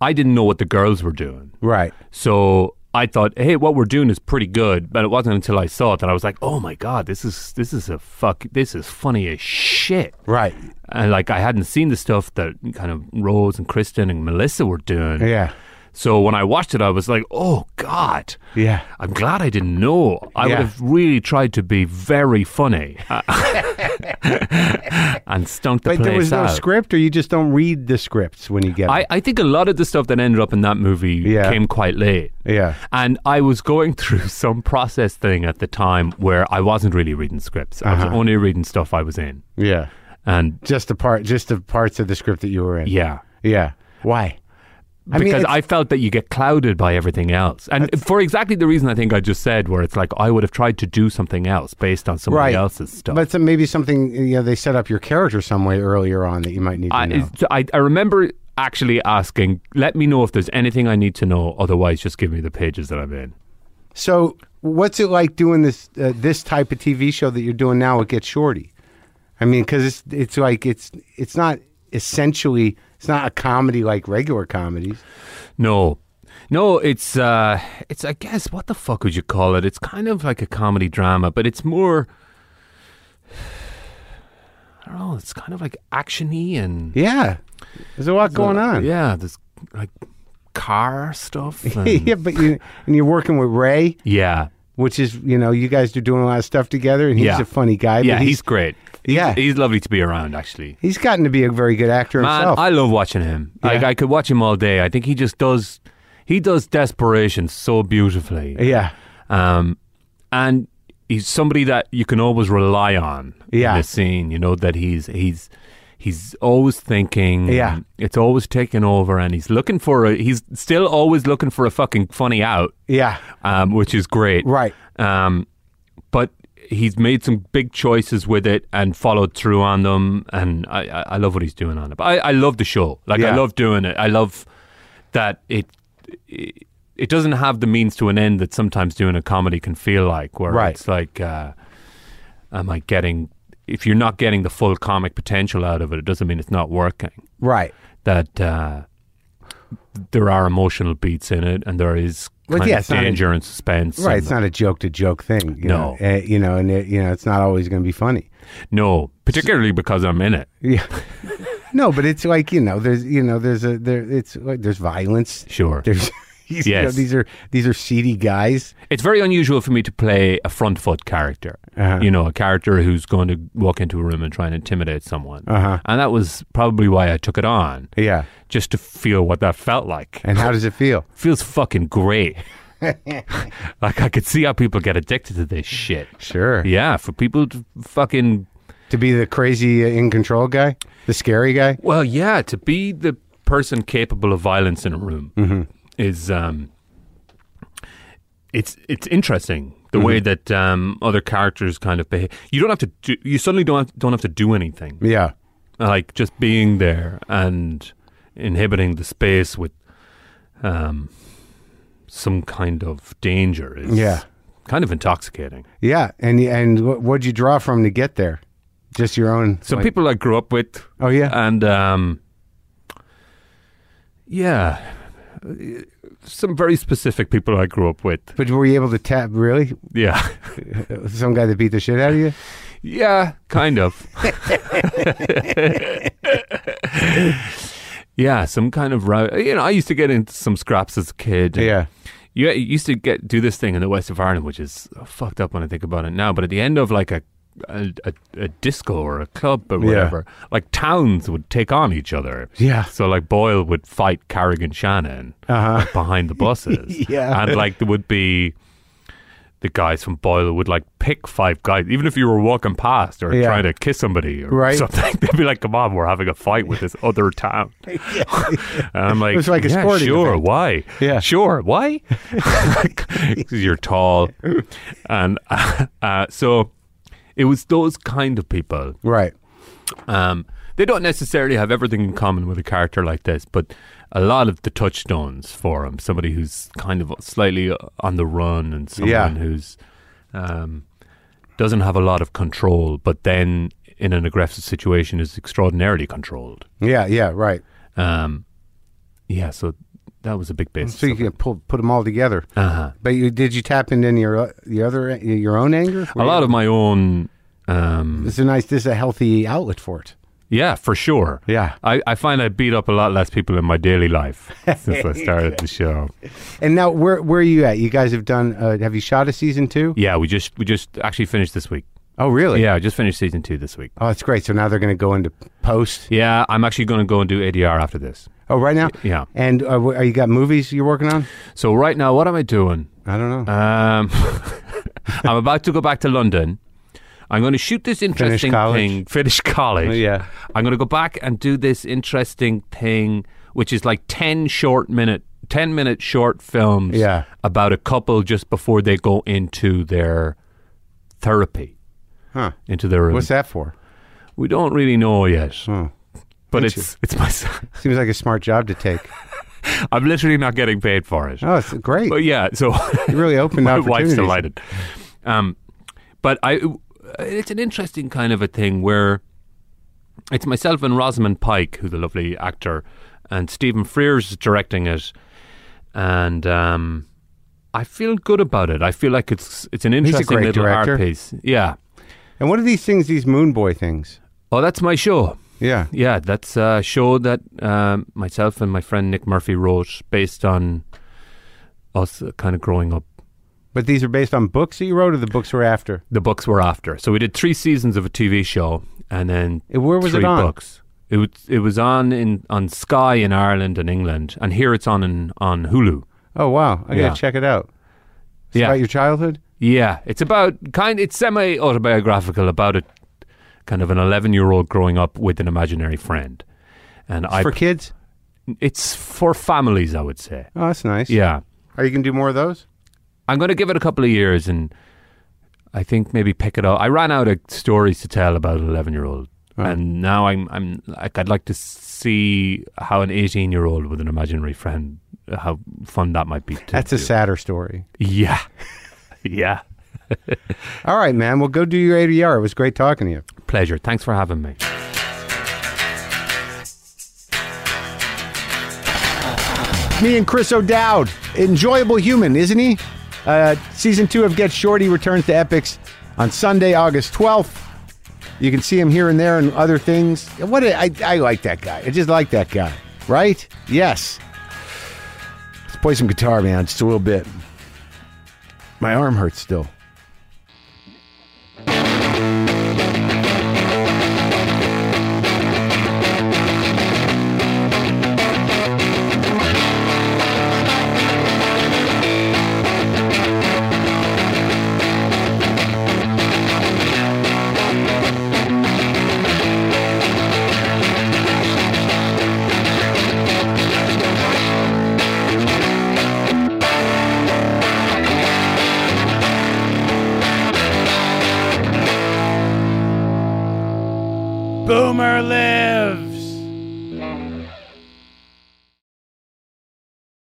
I didn't know what the girls were doing.
Right.
So I thought, "Hey, what we're doing is pretty good." But it wasn't until I saw it that I was like, "Oh my god, this is this is a fuck this is funny as shit."
Right.
And like I hadn't seen the stuff that kind of Rose and Kristen and Melissa were doing.
Yeah.
So when I watched it I was like, "Oh god."
Yeah.
I'm glad I didn't know. I
Yeah.
would have really tried to be very funny uh, and stunk the
But
place
there was no
out.
script, or you just don't read the scripts when you get
I, I think a lot of the stuff that ended up in that movie
Yeah.
came quite late.
them. Yeah.
And I was going through some process thing at the time where I wasn't really reading scripts. I
Uh-huh.
was only reading stuff I was in.
Yeah.
And
Just the part, just the parts of the script that you were in.
yeah.
Yeah. Why? I mean,
because
it's-
I felt that you get clouded by everything else. And for exactly the reason I think I just said, where it's like I would have tried to do something else based on somebody
Right.
else's stuff.
But some, maybe something uh, you know they set up your character some way earlier on that you might need to
I,
know.
it's- I, I remember actually asking, let me know if there's anything I need to know. Otherwise, just give me the pages that I'm in.
So, what's it like doing this uh, this type of TV show that you're doing now with Get Shorty? I mean, because it's it's like it's it's not essentially it's not a comedy like regular comedies.
No. No, it's uh it's I guess what the fuck would you call it? It's kind of like a comedy drama, but it's more I don't know. It's kind of like actiony and
Yeah. There's a lot going on.
Yeah, there's like car stuff. and-
yeah, but you and you're working with Ray,
yeah,
which is you know you guys are doing a lot of stuff together, and he's
Yeah.
a funny guy. but
yeah. He's great.
yeah
He's lovely to be around, actually.
he's gotten to be a very good actor
Man,
himself.
I love watching him. Like I could watch him all day. I think he just does. He does desperation so beautifully.
yeah,
um, and he's somebody that you can always rely on
Yeah.
in the scene. You know that he's he's he's always thinking.
Yeah.
it's always taking over, and he's looking for a. He's still always looking for a fucking funny out,
yeah,
um, which is great.
right.
Um, but he's made some big choices with it and followed through on them, and I, I, I love what he's doing on it. But I, I love the show. Like
Yeah.
I love doing it. I love that it, it it doesn't have the means to an end that sometimes doing a comedy can feel like, where
Right.
it's like, uh, am I getting? If you're not getting the full comic potential out of it, it doesn't mean it's not working.
Right.
That uh, there are emotional beats in it, and there is
Well,
kind
yeah,
of
it's not a-
danger and suspense.
Right.
and-
It's not a joke to joke thing. You
No.
Know? Eh, you know, and it, you know, it's not always going to be funny.
No, particularly because I'm in it.
Yeah. no, but it's like you know, there's you know, there's a there. It's like there's violence.
Sure.
There's. Yes.
Yes.
these are these are seedy guys.
It's very unusual for me to play a front foot character.
Uh-huh.
You know, a character who's going to walk into a room and try and intimidate someone.
Uh-huh.
And that was probably why I took it on,
Yeah.
just to feel what that felt like.
And how does it feel?
feels fucking great. like I could see how people get addicted to this shit.
Sure.
Yeah, for people to fucking
To be the crazy uh, in control guy, the scary guy.
Well, yeah, to be the person capable of violence in a room is um, it's it's interesting the way that um, other characters kind of behave. You don't have to do, you suddenly don't have, don't have to do anything.
Yeah.
Like just being there and inhibiting the space with um, some kind of danger is
Yeah.
kind of intoxicating.
Yeah. And and wh- what'd you draw from to get there? Just your own.
Some
like-
people I grew up with
Oh yeah.
and um, yeah, some very specific people I grew up with.
but were you able to tap really?
Yeah,
Some guy that beat the shit out of you?
yeah, kind of. yeah, some kind of row. You know, I used to get into some scraps as a kid.
Yeah.
you you used to get do this thing in the west of Ireland, which is fucked up when I think about it now. But at the end of like a a, a, a disco or a club or
Yeah.
whatever, like towns would take on each other.
Yeah.
So like Boyle would fight Carrigan Shannon
Uh huh.
like, behind the buses.
Yeah.
And like there would be the guys from Boyle would like pick five guys, even if you were walking past or
Yeah.
trying to kiss somebody or
Right.
something, they'd be like, Come on, we're having a fight with this other town. And I'm like,
It was like a
yeah,
sporting
sure,
event."
why?
Yeah.
Sure, why? 'Cause you're tall. And uh, uh, so it was those kind of people
Right.
um, they don't necessarily have everything in common with a character like this, but a lot of the touchstones for him. Somebody who's kind of slightly on the run, and someone
Yeah.
who's um, doesn't have a lot of control, but then in an aggressive situation is extraordinarily controlled.
Yeah. Yeah. Right.
Um, yeah, so that was a big basis.
So you can pull, put them all together.
uh
But you, did you tap into any of your the other your own anger?
A lot of my own. Um,
This is a nice. This is a healthy outlet for it.
yeah, for sure.
Yeah.
I, I find I beat up a lot less people in my daily life since I started the show.
And now, where where are you at? You guys have done. Uh, have you shot a season two?
Yeah, we just we just actually finished this week.
Oh, really?
Yeah, I just finished season two this week.
Oh, that's great. So now they're going to go into post.
Yeah, I'm actually going to go and do ADR after this.
Oh, right now.
Yeah.
And uh, wh- are you got movies you're working on?
So right now, what am I doing?
I don't know.
Um, I'm about to go back to London. I'm going to shoot this interesting
college. Oh,
thing. Finish college.
Uh, yeah.
I'm going to go back and do this interesting thing, which is like ten short minute, ten minute short films.
Yeah.
About a couple just before they go into their therapy,
Huh.
into their room.
What's that for?
We don't really know yet,
Oh.
but
Thank
it's it's my. son.
Seems like a smart job to take.
I'm literally not getting paid for it.
Oh, it's great.
But yeah, so
You really opened
my
up.
wife's delighted. Um, but I, it's an interesting kind of a thing where it's myself and Rosamund Pike, who's a lovely actor, and Stephen Frears is directing it, and um, I feel good about it. I feel like it's it's an
a
interesting
great
little
director.
art piece. Yeah.
And what are these things? These Moon Boy things?
Oh, that's my show.
Yeah.
Yeah, that's a show that um, myself and my friend Nick Murphy wrote based on us kind of growing up.
But these are based on books that you wrote, or the books were after.
The books were after. So we did three seasons of a TV show and then
Eh, Where was
three
it on?
books. It was, it was on in on Sky in Ireland and England, and here it's on in, on Hulu.
Oh wow, I gotta
Yeah.
check it out. It's
Yeah.
about your childhood.
Yeah, it's about kind. It's semi autobiographical about a kind of an eleven-year-old growing up with an imaginary friend, and I.
for kids.
it's for families, I would say.
Oh, that's nice.
Yeah,
Are you gonna do more of those?
I'm going to give it a couple of years, and I think maybe pick it up. I ran out of stories to tell about an eleven-year-old, and now I'm I'm like I'd like to see how an eighteen-year-old with an imaginary friend uh, how fun that might be. To
That's a
do.
sadder story.
yeah, yeah.
All right, man. Well, go do your ADR. It was great talking to you.
Pleasure. Thanks for having me.
Me and Chris O'Dowd, enjoyable human, isn't he? Uh, season two of Get Shorty returns to Epics on Sunday, August 12th. You can see him here and there and other things. What a, I, I like that guy. I just like that guy, right? Yes. Let's play some guitar, man, just a little bit. My arm hurts still.
Boomer lives.